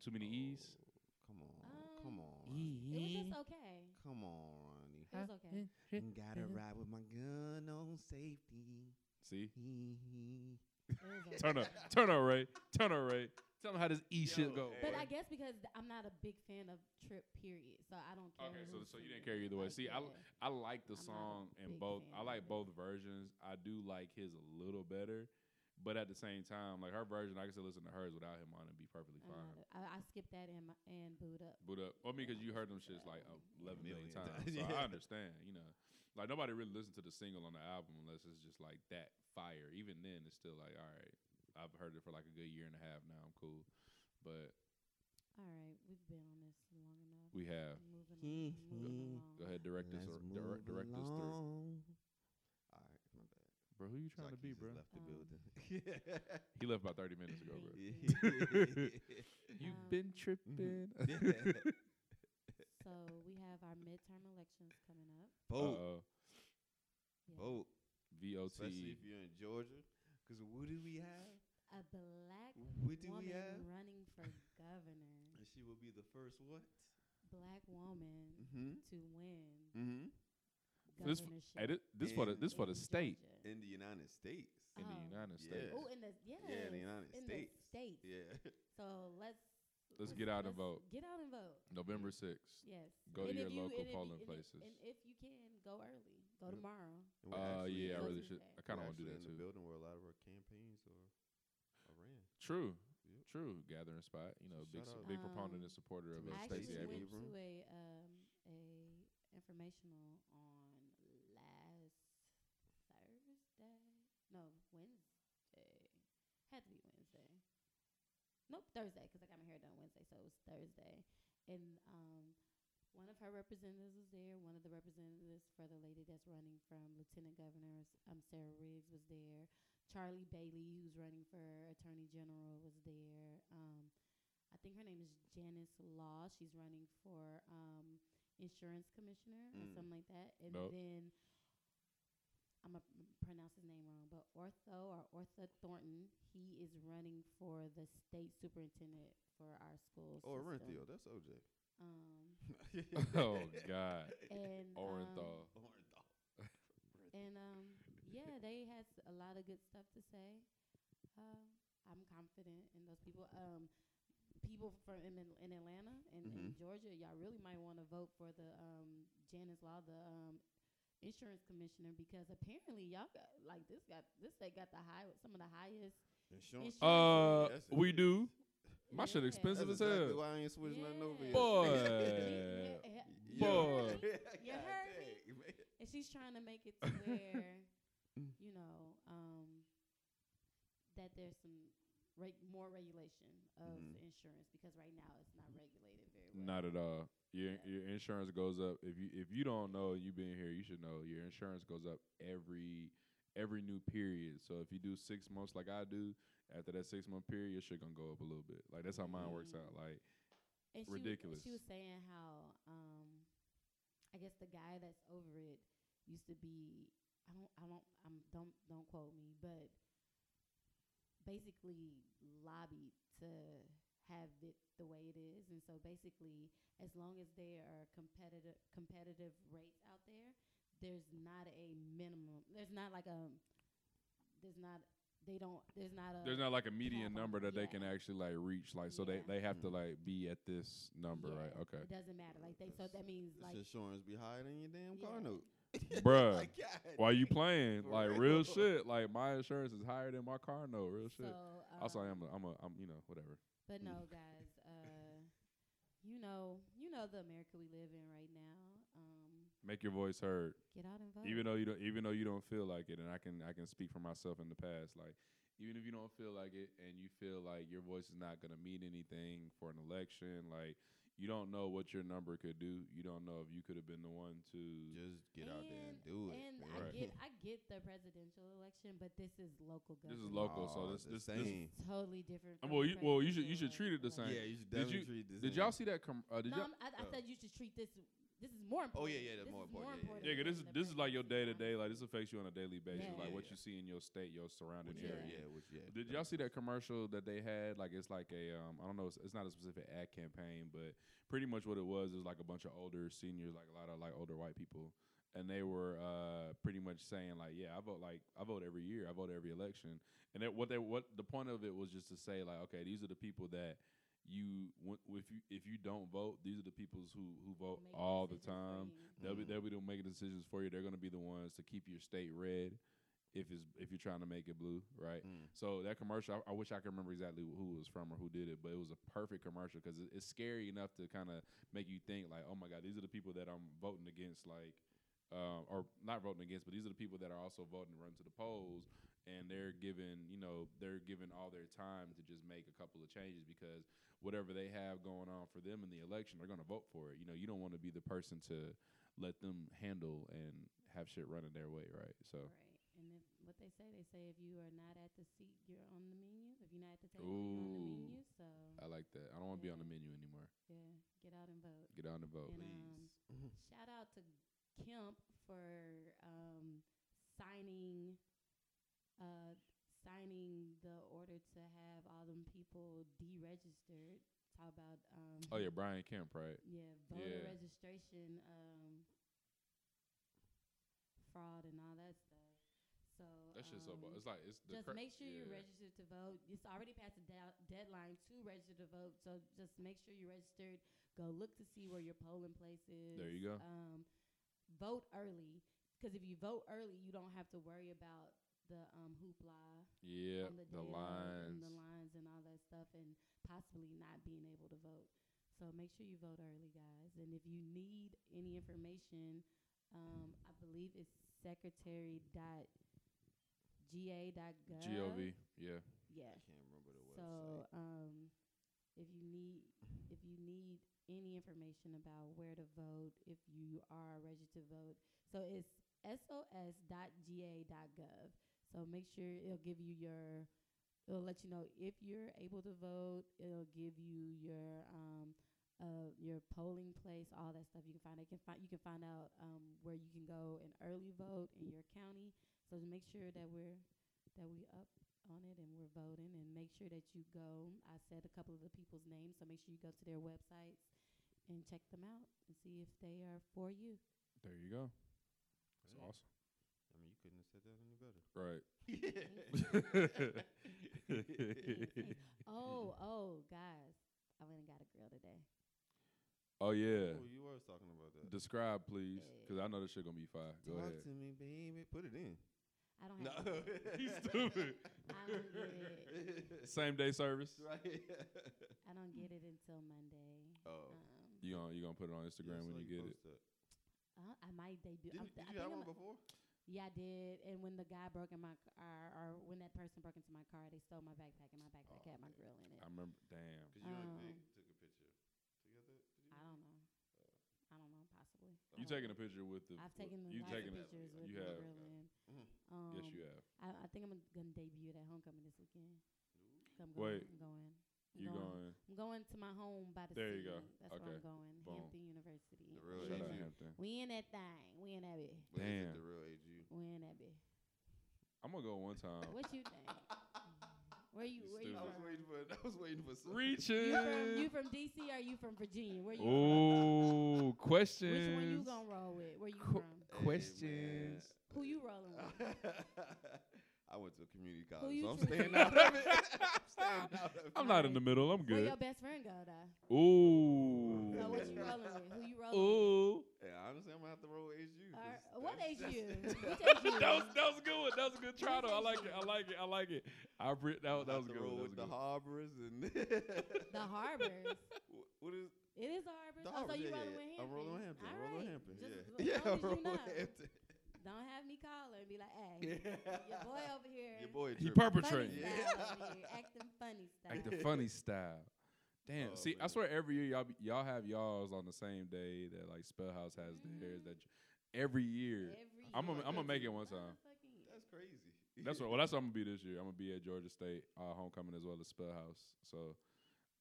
C: too many E's. E.
D: Oh, Come on,
A: Um,
D: come on, Ronnie.
A: It was just okay.
D: come on, Ronnie.
A: It was okay.
D: Gotta ride with my gun on safety.
C: See,
A: It was okay.
C: turn up, turn up, Ray, turn up, Ray. Tell them how this E
D: Yo,
C: shit go.
D: hey.
A: But
C: bro.
A: I guess because th- I'm not a big fan of Trip, period. So I don't care.
C: Okay, so-
A: who's
C: so you
A: singing
C: didn't care
A: it.
C: either way.
A: Like,
C: See, I l-
A: yeah.
C: I like the
A: I'm not a
C: song and
A: big
C: both.
A: fan
C: I
A: of
C: like
A: it.
C: both versions. I do like his a little better, but at the same time, like her version, I can still listen to hers without him on and be perfectly
A: I'm
C: fine.
A: not a- I, I skipped that and my, and boot up.
C: Boot up. Well, I mean, because you heard them shits like uh, 11 million times. So I understand, you know. Like, nobody really listens to the single on the album unless it's just like that fire. Even then, it's still like, all right, I've heard it for like a good year and a half now. I'm cool. But
A: All right, we've been on this long enough.
C: we have.
A: Moving on, moving along.
C: Go ahead, direct us, or, direct, direct us through.
D: All right, my bad.
C: Bro, who you trying to be, bro?
D: Jacquees has Left the
A: Um,
C: <laughs>
D: building. <laughs>
C: He left about 30 minutes ago, bro. You've
A: Um,
C: been tripping. <laughs>
A: So we have our midterm elections coming up.
D: Vote,
C: Uh-oh.
A: Yeah.
D: vote,
C: VOT.
D: especially if you're in Georgia. Because what do we have?
A: A black
D: What do we
A: woman
D: have?
A: running for governor.
D: And she will be the first what?
A: Black woman
D: Mm-hmm.
A: to win
D: Mm-hmm.
C: This f-
A: governorship.
C: Hey, this, this, for the, this for the
A: in
C: state.
A: Georgia.
D: In the United States.
C: In
A: Oh.
C: the United
D: Yeah.
C: States.
A: Oh, in the yes,
D: Yeah, in the United
A: in
D: States.
A: The states.
D: Yeah.
A: So let's
C: Let's get out and vote.
A: Get out and vote.
C: November 6th.
A: Yes.
C: Go to
A: And
C: your
A: if you-
C: local
A: and if you-
C: polling
A: and if-
C: places.
A: and if you can, go early. Go
D: Mm-hmm.
A: tomorrow.
D: And we're
C: Uh,
D: actually
A: Those
C: yeah, I
D: in-
C: really
A: are
C: should.
A: bad.
C: I kind
D: we're
C: of want to do that
D: actually in the
C: too.
D: building where a lot of our campaigns are, are ran.
C: True,
D: Yep.
C: true. Gathering spot. You know,
D: So
C: big
D: shout
C: su-
D: out
C: big proponent
A: Um,
C: and supporter of
D: to
C: uh,
A: I
D: Stacey
A: actually
C: Stacey
A: went
C: Abrams.
D: Abrams.
A: to a um a informational on last Thursday. No, Wednesday. Had to be Wednesday. Nope, Thursday because I got my hair done Wednesday, so it was Thursday. And um, one of her representatives was there. One of the representatives for the lady that's running from Lieutenant Governor um, Sarah Riggs was there. Charlie Bailey, who's running for Attorney General, was there. Um, I think her name is Janice Law. She's running for um, Insurance Commissioner or
D: Mm.
A: something like that. And
C: Dope.
A: then I'm gonna pronounce his name wrong, but Ortho or Ortha Thornton, he is running for the state superintendent for our school.
D: Oh,
A: system.
D: Orenthal, that's <laughs> OJ.
C: <laughs>
A: Um,
C: <laughs>
A: <laughs>
C: oh God,
A: and
C: Orenthal.
A: um, and um, yeah, they had s- a lot of good stuff to say. Uh, I'm confident in those people. Um, people from in, Atl- in Atlanta and
C: Mm-hmm.
A: in Georgia, y'all really might want to vote for the um, Janice Law, the um, insurance commissioner, because apparently y'all got like this got this state got the high some of the highest.
D: Insurance.
A: Uh,
C: Uh,
D: Yes, it
C: we
D: is.
C: do. My shit
A: Yeah.
D: That's
C: expensive as hell.
D: exactly why I ain't switching nothing over
A: Yeah.
D: yet.
A: <laughs>
D: <laughs>
A: Yeah,
C: Boy. <laughs>
D: Yeah.
C: Boy.
D: <laughs>
A: You
D: God
A: heard
D: dang, man.
A: and she's trying to make it
C: <laughs>
A: to where
C: Mm.
A: you know um, that there's some reg- more regulation of
D: Mhm.
A: insurance because right now it's not regulated very well.
C: Mm-hmm. Not at all. Your
A: Yeah.
C: your insurance goes up. If you if you don't know, you been here, you should know. Your insurance goes up every every new period. So if you do six months like I do, after that six month period, your shit gonna go up a little bit. Like that's how mine works
A: Mhm.
C: out. Like
A: and she
C: ridiculous.
A: Was, she was saying how um, I guess the guy that's over it used to be. I don't. I don't. I'm don't don't quote me, but basically lobbied to have it the way it is. And so basically, as long as there are competitive competitive rates out there, there's not a minimum. There's not like a there's not they don't there's not a
C: There's not like a
A: on
C: median
A: it,
C: number that they can
A: yeah.
C: actually like reach. Like so
A: Yeah.
C: they they have to like be at this number,
A: yeah,
C: right? Okay.
A: It doesn't matter. Like they so
D: That's-
A: that means
D: This
A: like
D: insurance be higher than your damn car
A: Yeah.
D: note.
C: Bruh,
D: Like, God
C: Why you playing?
D: For
C: Like
D: real.
C: real shit. Like my insurance is higher than my car note. Real
A: so
C: shit. Also, I
A: um,
C: am a, I'm a I'm you know whatever.
A: But
C: Mm. <laughs>
A: no, guys, uh, you know, you know the America we live in right now. Um,
C: Make your voice heard,
A: get out and vote.
C: even though you don't even though you don't feel like it. And I can I can speak for myself in the past. Like even if you don't feel like it, and you feel like your voice is not gonna mean anything for an election, like. You don't know what your number could do. You don't know if you could have been the one to.
D: Just get out there and
A: And-
D: do it.
A: and
D: man.
A: I
C: Right. <laughs>
A: get, I get the presidential election, but this is local
C: This
A: government.
C: is local, so
D: Oh,
C: this
D: the
C: this, this
D: same.
A: It's totally different. from
C: Uh, well,
A: the
C: you- well, you should-
A: presidential
C: you should treat it the
A: election.
C: same.
D: Yeah, you should
C: Did
D: definitely
C: you-
D: treat this.
C: Did y'all see that? Com- uh, did
A: No,
C: y'all?
A: I'm- I, I
D: Oh.
A: said you should treat this. This is more important.
D: Oh, yeah, yeah,
A: This
D: that's more
A: is
D: important, yeah, yeah,
C: Yeah, 'cause this is
A: than the
C: this is like your day to
A: presidency,
C: day. Like this affects you on a daily
A: Yeah.
C: basis. Like
D: Yeah,
C: what
D: yeah.
C: you see in your state, your surrounding
D: Which
A: Yeah.
C: area.
D: Yeah, which, yeah.
C: Did y'all see that commercial that they had? Like it's like a um, I don't know. It's, it's not a specific ad campaign, but pretty much what it was is like a bunch of older seniors, like a lot of like older white people, and they were uh, pretty much saying like, yeah, I vote like I vote every year, I vote every election, and that what they what the point of it was just to say like, okay, these are the people that you w- if you if you don't vote, these are the people who who vote
A: make
C: all the
A: decisions for
C: time.
A: you.
C: They'll
B: Mm-hmm.
C: be
D: Mhm.
C: they'll be the making decisions for you. They're gonna be the ones to keep your state red if it's if you're trying to make it blue, right?
D: Mm.
C: So that commercial, I, I wish I could remember exactly who it was from or who did it, but it was a perfect commercial because it, it's scary enough to kind of make you think like, oh my god, these are the people that I'm voting against, like. Uh, or not voting against, but these are the people that are also voting to run to the polls, and they're giving, you know, they're giving all their time to just make a couple of changes because whatever they have going on for them in the election, they're going to vote for it. You know, you don't want to be the person to let them handle and have shit running their way, right? So,
A: Right. And if, what they say, they say if you are not at the seat, you're on the menu. If you're not at the table, you're on the
C: Ooh.
A: menu. So
C: I like that. I don't want to be on the
A: Yeah.
C: menu anymore.
A: yeah, get out and vote.
C: Get on the vote.
A: And,
D: please.
A: um, shout out to Kemp for um, signing uh, signing the order to have all them people deregistered. Talk about um,
C: Oh yeah, Brian Kemp, right?
A: yeah, voter
C: Yeah.
A: registration, um, fraud and all that stuff. So
C: That shit's so.
A: um,
C: Bu- it's like it's the
A: just
C: cra-
A: make sure you're
C: yeah.
A: registered to vote. It's already past the dea- deadline to register to vote, so just make sure you're registered. Go look to see where your polling place is.
C: you go.
A: Um, vote early, because if you vote early, you don't have to worry about the um, hoopla
C: Yeah,
A: on the,
C: the,
A: day of and
C: lines.
A: the lines and all that stuff, and possibly not being able to vote. So make sure you vote early, guys. And if you need any information, um, I believe it's secretary dot ga dot gov.
C: Gov. Yeah.
A: Yeah.
D: I can't remember the website.
A: So um, if you need if you need any information about where to vote, if you are registered to vote, so it's sos.ga.gov. So make sure it'll give you your it'll let you know if you're able to vote. It'll give you your um, uh, your polling place, all that stuff. You can find it. Can find you can find out um, where you can go and early vote in your county. So to make sure that we're that we up on it and we're voting and make sure that you go. I said a couple of the people's names, so make sure you go to their websites and check them out and see if they are for you.
D: <laughs>
C: There you go. That's
D: Right.
C: awesome.
D: I mean, you couldn't have said that any
C: <laughs>
D: better.
C: Right.
D: <laughs>
B: <laughs>
A: oh, oh, guys. I went and got a grill today.
C: oh yeah.
D: Oh, you were talking about that.
C: Describe, please, because I know this shit gonna be fire. Go
D: Talk
C: ahead.
D: to me, baby. Put it in.
A: I don't have to do it.
C: He's stupid.
A: I don't get it.
C: <laughs> Same day service.
D: <laughs> Right.
A: I don't
D: <laughs>
A: get it until Monday.
D: Oh.
A: Um,
C: You gonna you gonna put it on
D: Yeah,
C: Instagram
D: I
C: when
D: saw
C: you get it.
D: post that.
A: uh, I might debut. I'm
D: Didn't,
A: th- I
D: did you
A: think
D: have
A: I'm
D: one before?
A: Yeah, I did. And when the guy broke in my car, or when that person broke into my car, they stole my backpack, and my backpack
D: Oh,
A: had my
D: man.
A: grill in it.
C: I remember. Damn.
D: Because you and Vic
A: Um,
D: took a picture together. Did you?
A: I don't know. I don't know, possibly. I don't
C: You taking a picture with the?
A: I've
C: with-
A: taken
C: You
A: lots
C: taking
A: of
C: it?
A: pictures with
C: You
A: my
C: have.
A: grill in.
D: Mhm.
A: Um,
C: Yes, you have.
A: I, I think I'm gonna debut it at homecoming this weekend. I'm
C: Wait.
A: going. I'm going. I'm
C: You going?
A: I'm going to my home by the
C: There
A: sea.
C: you go.
A: That's where I'm going.
C: Boom.
A: Hampton University.
D: The real
A: We in
C: Shout out
D: Asian.
A: that-
C: Hampton.
A: We in that thing. We in that bit.
D: What is
C: Damn.
D: it, the real AG?
A: We in that bit.
C: I'm gonna go one time.
D: <laughs>
A: What you think? Where you?
C: Oh. You
A: Where you
C: stupid.
B: I was
A: from?
B: waiting for. <laughs> I was waiting for. something.
A: You from, you
C: Reaching.
A: from DC or you from Virginia? Where you?
C: Ooh,
A: From?
C: questions.
A: Which one you gonna roll with? Where you
C: Qu-
A: from?
B: Hey, man.
C: questions.
A: Who you rolling
C: <laughs>
A: with?
B: <laughs> I went to a community college,
A: you
B: so I'm
A: trying-
B: staying out of
A: <laughs>
B: it. <laughs> I'm staying out of it.
C: I'm not in the middle. I'm
A: Where
C: good.
A: your best friend go though?
C: Ooh.
A: So what you rolling with? Who you rolling? with?
C: Ooh.
B: Yeah, honestly, I'm gonna have to roll with HU. 'cause
A: Alright, what
B: that's-
A: HU?
B: <laughs> that's-
A: Which HU?
C: <laughs> that, was, that was a good one. That was a good try though. I like it. I like it. I like it. I re- that,
B: I'll
C: was- that
B: have to
C: was a
B: roll
C: good. One.
B: with
C: That was
B: the
C: a good. one.
B: harbors and <laughs>
A: The Harbors.
B: Wh- what is
A: It is the Harbors.
B: the
A: oh, so
B: harbors?
A: you rolling with Hampton?
B: yeah, yeah. I'm rolling with Hampton. I'm rolling
A: Alright.
B: with Hampton.
A: Just as
B: <laughs> yeah,
A: long as
B: yeah, I'm
A: you
B: rolling with
A: know.
B: Hampton. <laughs>
A: Don't have me call her and be like, hey, your boy
B: Your
A: over here.
B: boy.
C: He
B: tripping.
A: funny
C: perpetrating.
B: Yeah.
A: style
B: <laughs>
A: over here, acting
C: <laughs>
A: funny style.
C: Like the funny style. Damn.
B: Oh,
C: See, I
B: man.
C: swear every year y'all be, y'all have y'alls on the same day that like Spellhouse has theirs.
A: Mhm.
C: That j- Mm-hmm. every year.
A: Every
C: I'm
A: year.
C: gonna I'm gonna make it one time.
A: Motherfucking year.
B: That's crazy. <laughs>
C: That's what. Well, that's what I'm gonna be this year. I'm gonna be at Georgia State uh, homecoming as well as Spellhouse. So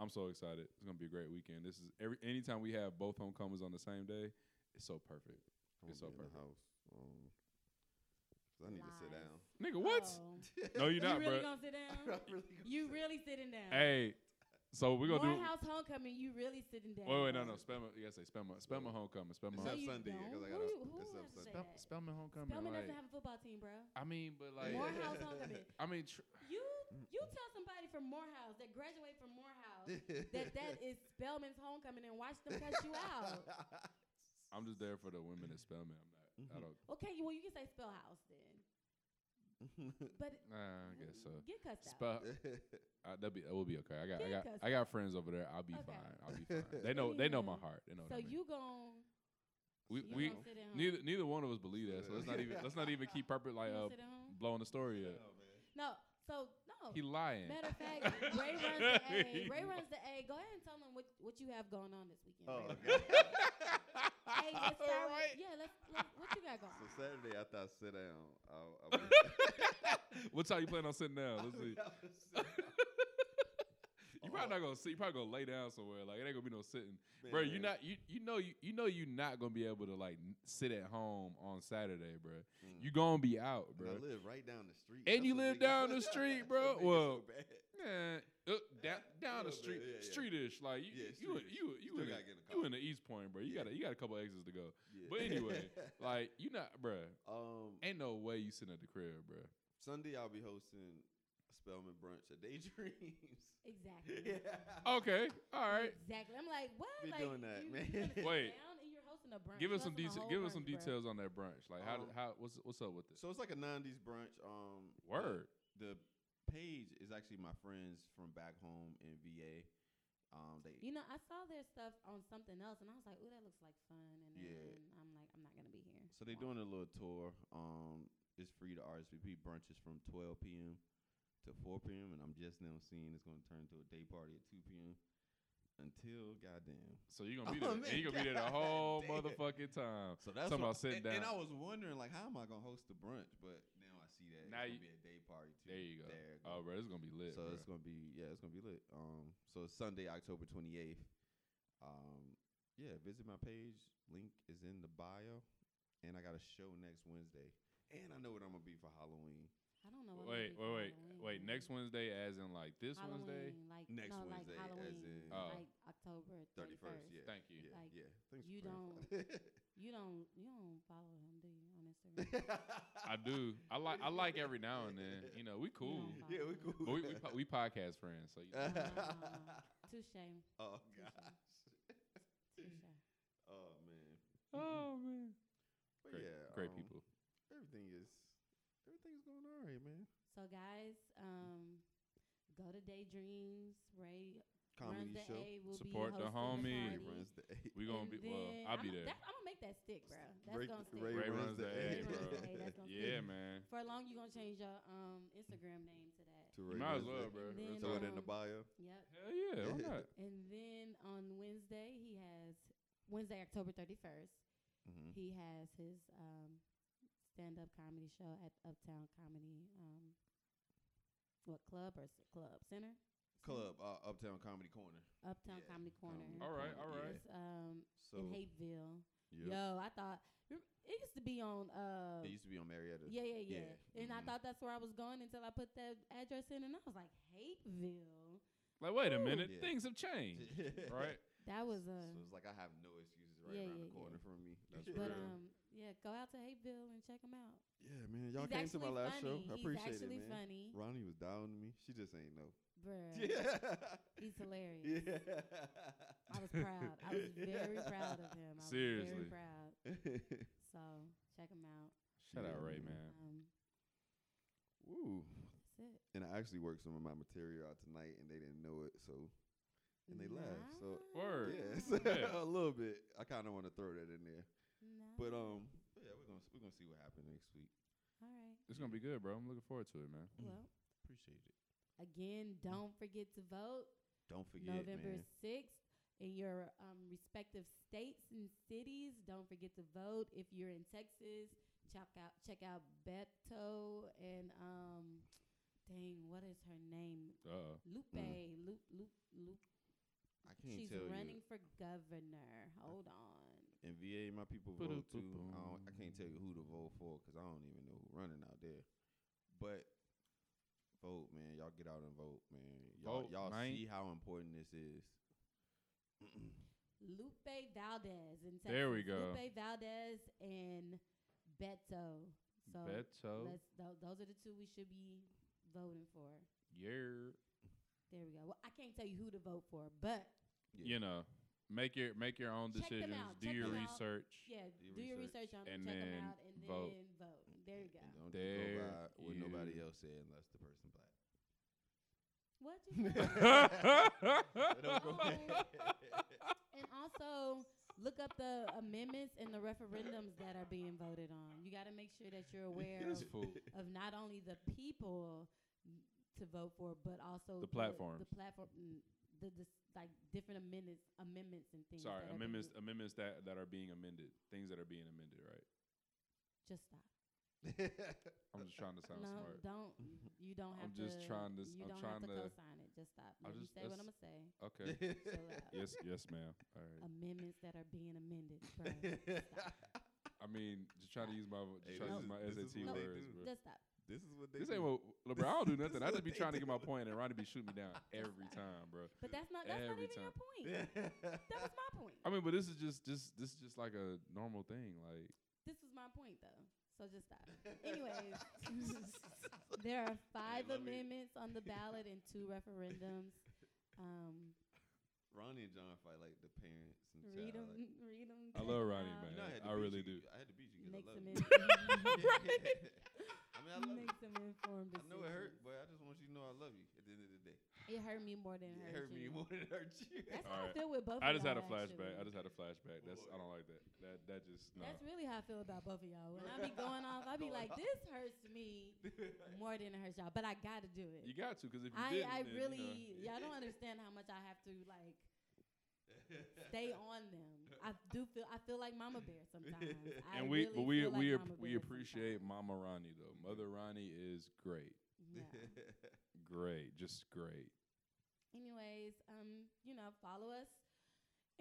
C: I'm so excited. It's gonna be a great weekend. This is every anytime we have both homecomings on the same day, it's so perfect.
B: I'm
C: It's
B: gonna be in
C: so
B: the house. Um, 'cause I need to sit
A: Lies.
B: down.
C: Nigga, what?
A: Oh.
B: <laughs>
C: No,
A: You
C: you're not,
A: really
C: bro.
A: gonna sit
B: I'm <laughs>
A: down?
B: not really gonna
A: you
B: sit
A: really sitting down?
C: Hey, so we're gonna do.
A: Morehouse homecoming. You really sitting down?
C: Wait, wait, no, no. Spelman, you gotta say Spelman. Spelman
B: Spelman.
C: homecoming. Spelman.
B: It's
A: No,
B: up
A: you
B: Sunday,
A: don't.
B: 'cause
A: Who
B: I gotta-
A: you- who
B: it's up
A: has to say
B: Sunday.
A: that?
C: Spelman homecoming.
A: Spelman
C: like,
A: doesn't have a football team, bro.
C: I mean, but like,
B: <laughs> More-
C: <laughs>
A: Morehouse homecoming.
C: I mean, tr-
A: You you tell somebody from Morehouse that graduate from Morehouse
B: down.
A: that that is Spelman's homecoming and watch them cut you out.
B: <laughs>
C: I'm just there for the women at Spelman. I'm not. I
A: Mm-hmm.
B: Mhm.
C: don't.
A: Okay, well you can say Spellhouse then, but
C: Nah, I guess so.
A: Get cussed out.
C: Spell. Uh, that'll be that will be okay. I got I
A: Kid
C: got
A: cussing.
C: I got friends over there. I'll be
A: Okay.
C: fine. I'll be
A: <laughs>
C: fine. They know they know my
A: Anyway,
C: heart. They know.
A: So
C: what I mean.
A: you gon'
C: we
A: you
C: we
A: gon' sit at home.
C: neither neither one of us believe that. So
A: <laughs>
C: let's not even let's not even keep purpose
A: You
C: like
A: gonna sit
C: uh
A: Oh. at home?
C: blowing the story up.
A: No, so no.
C: He lying.
A: Matter of
C: <laughs>
A: fact, Ray runs the A. Ray runs the A. Go ahead and tell them what, what you have going on this weekend.
B: Oh,
A: Ray.
B: okay.
A: Hey, let's
C: All
A: start with,
C: right.
A: yeah, let's, let's, what you got going
B: So
A: on?
B: Saturday, I thought sit down. I, <laughs> I was,
C: What time you plan on sitting down?
B: I
A: <laughs>
C: Let's see.
B: was sit down.
C: You probably
B: Oh,
C: not gonna sit. You probably gonna lay down somewhere. Like it ain't gonna be no sitting, bro.
B: man.
C: You not you you know you, you know you not gonna be able to like n- sit at home on Saturday, bro.
B: Mm.
C: You gonna be out,
B: And
C: bro.
B: I live right down the street.
C: And you
B: what
C: live
B: make it-
C: down the street,
B: that's
C: bro.
B: what make it
C: Well,
B: so bad.
C: Nah, uh, down down
B: little
C: the street,
B: bit, yeah, yeah.
C: streetish. Like you,
B: Yeah,
C: you, in-
B: streetish.
C: you, you,
B: Still
C: in,
B: gotta get in the
C: the
B: car.
C: you in the East Point, bro. You
B: Yeah.
C: got you got a couple exits to go.
B: Yeah.
C: but
B: <laughs>
C: anyway, Like you not, bro.
B: um,
C: Ain't no way you sitting at the crib, bro.
B: Sunday I'll be hosting Spellman brunch at Daydreams. <laughs>
C: Oh.
A: Exactly.
C: Okay, all right.
A: Exactly. I'm like, what?
B: Be
A: like,
B: doing that,
A: you,
B: man.
A: You gonna sit
C: Wait.
A: Down and you're hosting a brunch.
C: Give
A: You're
C: us
A: hosting
C: some
A: a
C: detail.
A: whole
C: Give us
A: brunch,
C: some
A: bro.
C: details on that brunch. Like how d-
B: Um,
C: how what's what's up with it?
B: So it's like a '90s brunch. Um, the-
C: Word.
B: The page is actually my friends from back home in VA. Um, they
A: You know, I saw their stuff on something else, and I was like, "Ooh, that looks like fun." And
B: Yeah.
A: then I'm like, "I'm not gonna be here."
B: So they
A: Wow.
B: doing a little tour. Um, it's free to RSVP. Brunch is from 12 p.m. to 4 p.m. And I'm just now seeing it's going to turn to a day party at 2 p.m. Until goddamn.
C: So you gonna be
B: <laughs> Oh, man,
C: there? and you gonna be there
B: God
C: the whole
B: damn.
C: motherfucking time.
B: So that's
C: Talking
B: what-
C: about sitting
B: and, And I
C: down.
B: was wondering like, how am I going to host the brunch? But now I see that
C: Now
B: it's
C: you-
B: going to be a day party too.
C: There you go.
B: There it
C: Oh,
B: goes.
C: bro, it's gonna be lit.
B: so
C: bro.
B: it's going to be yeah, it's going to be lit. Um, so it's Sunday, October 28th. Um, yeah, visit my page. Link is in the bio. And I got a show next Wednesday. And I know what I'm gonna be for Halloween.
A: I don't know. What
C: wait,
A: I'm gonna do
C: wait,
A: for
C: wait,
A: Halloween.
C: wait. Next Wednesday, as in like this
A: Halloween,
C: Wednesday.
A: like
B: Next
A: no,
B: Wednesday,
A: like
B: as
A: Halloween,
B: in-
C: Oh.
A: like October
B: Thirty first, yeah.
C: Thank you.
B: Yeah,
A: Like,
B: yeah. Thanks
A: you
B: for <laughs>
A: You don't, you don't follow him, do you, on Instagram?
B: clarifying. <laughs>
C: I
A: Oh
C: do. I like I like every now
A: <laughs>
C: and then. You know, we cool.
A: know.
B: <laughs> Yeah, we cool.
C: But we, we,
B: <laughs>
C: po- we podcast friends, so you know.
A: Ah. Touche,
B: oh
A: Touche.
B: gosh.
A: touche.
B: Oh man.
C: oh man,
B: But
C: great,
B: yeah,
C: great
B: um,
C: people.
B: Everything is everything's going all right, man.
A: So guys, um, go to Daydreams. Ray runs
B: Comedy
A: the
B: show.
A: A. Will
C: Support
A: be
C: the
A: hosting
C: homie.
A: the
B: Ray
C: Ray
A: party.
B: runs the A.
C: We gonna
A: And
C: be well.
A: then
C: I'll be
A: I'ma-
C: there.
A: That's, I'm gonna make that stick, bro. That's
B: Ray-
A: gonna stick.
B: Ray
C: Ray runs the
A: Ray
C: A,
A: runs
C: bro.
A: the A,
B: <laughs>
A: that's gonna
C: Yeah,
A: stick.
C: man.
A: For long, you gonna change your um Instagram name to that.
B: To
C: You
B: Ray
C: might as
B: runs the
C: well,
B: A.
C: bro.
A: And
C: That's
A: then,
B: Throw
C: all-
B: it in the
A: um,
B: bio.
A: Yep.
C: Hell yeah, why
A: <laughs>
C: not?
A: And then on Wednesday, he has Wednesday, October thirty first.
B: Mm-hmm.
A: He has his um, stand up comedy show at Uptown Comedy. Um, what club or s- club center?
B: Club uh, Uptown Comedy Corner.
A: Uptown
B: Yeah,
A: Comedy Corner.
B: Comedy
C: All right,
B: Corner, yeah.
C: all right.
A: It's, um,
B: So
A: in Hapeville.
B: Yeah.
A: Yo, I thought rem- it used to be on. Uh,
B: It used to be on Marietta. <laughs>
A: yeah, yeah, yeah. And
B: yeah,
A: I
B: mhm.
A: thought that's where I was going until I put that address in, and I was like, Hateville.
C: Like, wait
A: Ooh.
C: a minute,
B: Yeah.
C: things have
A: <laughs>
C: changed, right?
A: That was
D: So
A: a.
D: it's like I have no excuses right
A: Yeah,
D: around
A: yeah,
D: the corner from
A: <laughs>
D: me.
B: That's
A: But
B: real.
A: um, yeah, go out to Hateville and check him out.
B: Yeah, man. Y'all
A: He's
B: came to my
A: actually
B: last show.
A: funny.
B: I
A: He's
B: appreciate
A: actually
B: it, man.
A: funny,
B: Ronnie was down to me. She just ain't know. <laughs>
A: bruh.
D: Yeah.
A: He's hilarious. I
D: yeah.
A: was proud. I was very proud of him. I was very
C: Seriously.
A: proud.
B: <laughs>
A: So check him out.
C: Shout out
B: Yeah,
C: Ray,
B: man.
C: man.
A: Um,
B: Ooh.
A: that's it.
B: And I actually worked some of my material out tonight, and they didn't know it, so And they laugh, so-
C: Word.
B: yeah, <laughs>
A: Nice.
B: so a little bit. I kind of want to throw that in there, but
A: Mm-hmm.
B: um, but yeah, we're gonna we're gonna see what happens next week.
A: All right.
C: It's gonna be good, bro. I'm looking forward to it, man.
B: hmm.
A: Well,
B: Appreciate it.
A: again, don't forget to vote
B: Don't forget,
A: November
B: man.
A: 6th in your um, respective states and cities. Don't forget to vote. If you're in Texas, check out check out Beto and um, dang, what is her name?
C: Uh,
A: Lupe, Lupe, Lupe, Lupe.
B: Mm. I can't
A: She's
B: tell
A: running for governor. Hold on.
B: you. In VA, my people vote too. I, don't, I can't
C: Ba-da-ba-boom.
B: tell you who to vote for because I don't even know who running out there. But vote, man. Y'all get out and vote, man. Y'all
C: Vote,
B: y'all
C: man.
B: see how important this is.
A: Lupe Valdez in Texas.
C: There we go.
A: Lupe Valdez and Beto. So
C: Beto,
A: let's tho- those are the two we should be voting for.
C: yeah.
A: There we go. Well, I can't tell you who to vote for, but
B: Yeah.
C: you know, make your make your own
A: Check them
C: decisions.
A: out,
C: Do
A: check
C: your
A: them out.
C: research.
A: yeah,
B: Do your
A: do your
B: research
A: research on them,
C: and
A: check
C: then
A: them out, and
C: vote.
A: then vote. There you go.
B: And don't just
C: There
B: go by what nobody
C: you-
B: else said unless the person black. <laughs>
A: What you say?
C: <laughs>
B: They
A: <laughs>
B: don't go <laughs>
A: and also look up the amendments and the referendums that are being voted on. You got to make sure that you're aware
B: Yes.
A: of of
B: <laughs>
A: not only the people n- to vote for, but also
C: The
A: the
C: platforms.
A: platform, n- the, the s- like different amendments, amendments and things.
C: Sorry,
A: that are being
C: amendments
A: moved.
C: amendments that that are being amended. Things that are being amended, right?
A: Just stop.
C: I'm just trying to sound
A: no,
C: smart.
A: don't. You don't have
C: I'm
A: to.
C: just trying to s-
A: You
C: I'm
A: don't
C: trying
A: have to,
C: to-
A: co-sign it. Just stop.
C: I
A: Let me
C: just-
A: say what
C: that's-
A: I'm gonna say.
C: Okay.
A: Chill
B: <laughs>
A: out.
C: yes, yes, ma'am. All right.
A: uh, Amendments that are being amended. bruh.
C: I mean, just trying to use my vo-
B: Hey,
C: just trying
A: this
C: to use my
B: is- this is
C: SAT
A: what they
C: words,
B: do.
C: bro.
A: Just stop.
B: this is what they
C: This
B: do.
C: ain't what LeBron. I don't do
B: <laughs> this is
C: nothing. I
B: what
C: just be
B: they
C: trying to get my
B: do.
C: point, and Ronnie be shooting me
B: <laughs>
C: down every time, bro.
A: But that's not. That's not
C: Every
A: even your point. <laughs> That was my point.
C: I mean, but this is just just this is just like a normal thing. Like,
A: This was my point though. So just stop.
B: <laughs>
A: Anyways, there are five
D: let me-
A: amendments on the ballot and two referendums. Um,
D: Ronnie and John fight like the parents and
A: read
D: child.
A: them,
D: Like,
A: <laughs> read them. Um,
C: I love Ronnie, man.
D: you know had to
C: I
D: beat
C: really do.
D: you. I had to beat you
A: Make
D: because I love <laughs>
A: some,
D: you. I mean, I love you.
A: make some informed
D: I
A: decisions.
D: know it hurt, but I just want you to know I love you at the end of the day.
A: It hurt me more than
D: It
A: it
D: hurt
A: you.
D: me more than it hurt you.
A: That's
D: <laughs>
C: All
A: how I
C: right.
A: feel with both.
C: I
A: of
C: just
A: y'all,
C: had a flashback. I
A: actually.
C: just had a flashback. That's I don't like that. That that just no.
A: That's really how I feel about both of y'all. When I be going off, I be
D: Going
A: like,
D: off.
A: "This hurts me more than it hurts y'all," but I got to do it.
C: You got to because if you
A: I,
C: didn't,
A: I
C: then,
A: really,
C: you know,
A: y'all don't understand how much I have to like stay on them. I do feel, I feel like Mama Bear
C: <laughs>
A: sometimes. I
C: and we
A: really
C: but we
A: feel like
C: we
A: Mama
C: ap- we
A: Bear
C: appreciate Mama Ronnie though. Mother Ronnie is great,
A: sometimes.
C: <laughs>
A: Yeah.
C: great, just great.
A: Anyways, um, you know, follow us,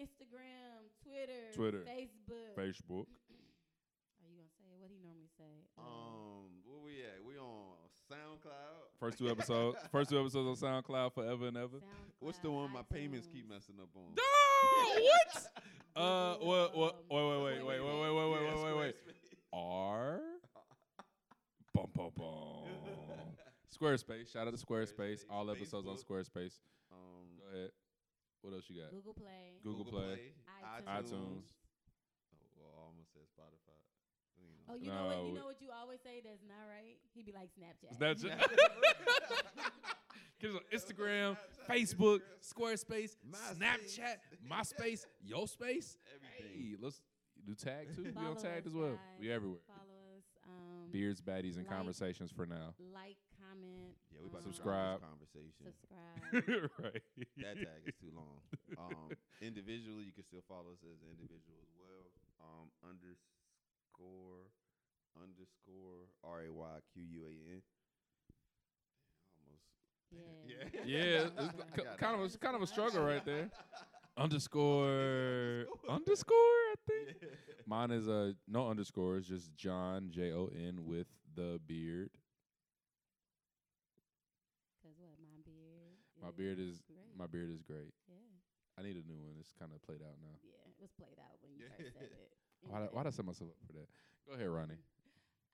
A: Instagram, Twitter,
C: Twitter,
A: Facebook.
C: Facebook,
A: Are you gonna say what he normally say?
D: um, where we at? We on SoundCloud.
C: first two
A: <laughs>
C: episodes, first two episodes on SoundCloud forever and ever.
D: What's the one my payments keep messing up on?
C: No, what? Uh,
A: Google,
C: what, what?
A: um,
C: Wait, wait, wait, wait, wait, wait, wait, wait,
D: Yeah,
C: wait, wait, wait.
D: Squarespace.
C: R. Bum bum bum. <laughs> Squarespace. Shout out to Squarespace.
D: Squarespace,
C: All episodes on Squarespace.
D: um,
C: Go ahead. What else you got?
A: Google Play,
C: Google Play,
A: iTunes.
C: iTunes.
D: Oh, well, I almost said Spotify. I mean,
A: Oh, you know what? You
C: No.
A: know what you always say that's not right. He be like Snapchat.
C: Snapchat. Get us on <laughs> Instagram, Facebook, Squarespace, Snapchat, MySpace, Yo Space.
D: everything.
C: Hey, let's do tag too. we
A: Follow
C: on tag
A: us,
C: as well.
A: guys.
C: We everywhere.
A: <laughs> Follow us. Um,
C: Beards, baddies, and
A: Like.
C: conversations for now.
A: Like, comment, um,
D: Yeah, we about to
C: Subscribe.
D: start this conversation. <laughs>
A: subscribe.
C: <laughs> right.
D: that tag is too long.
C: <laughs>
D: Um, individually, you can still follow us as an individual as well. Um, underscore underscore R A Y Q U A N. Almost.
A: Yeah.
D: Yeah.
C: Yeah, it's
A: I
C: ki-
D: got <laughs>
C: kind of
A: it.
C: a, kind of a struggle right there. <laughs> underscore
D: <laughs> underscore?
C: underscore. I think
D: <laughs> Yeah.
C: mine is uh no underscores, just John J O N with the beard.
A: <laughs> Cause what my beard.
C: My beard is
A: great.
C: my beard is great.
A: yeah,
C: I need a new one. It's kind of played out now.
A: yeah. It was played out when you
D: Yeah.
A: first said it.
C: <laughs> Why did,
A: Anyway.
C: why did I set myself up for that? Go ahead, Ronnie.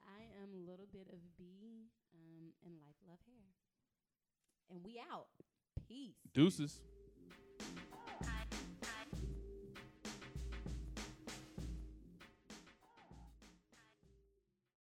A: I am a little bit of B um, and life, love, hair. And we out. Peace.
C: Deuces.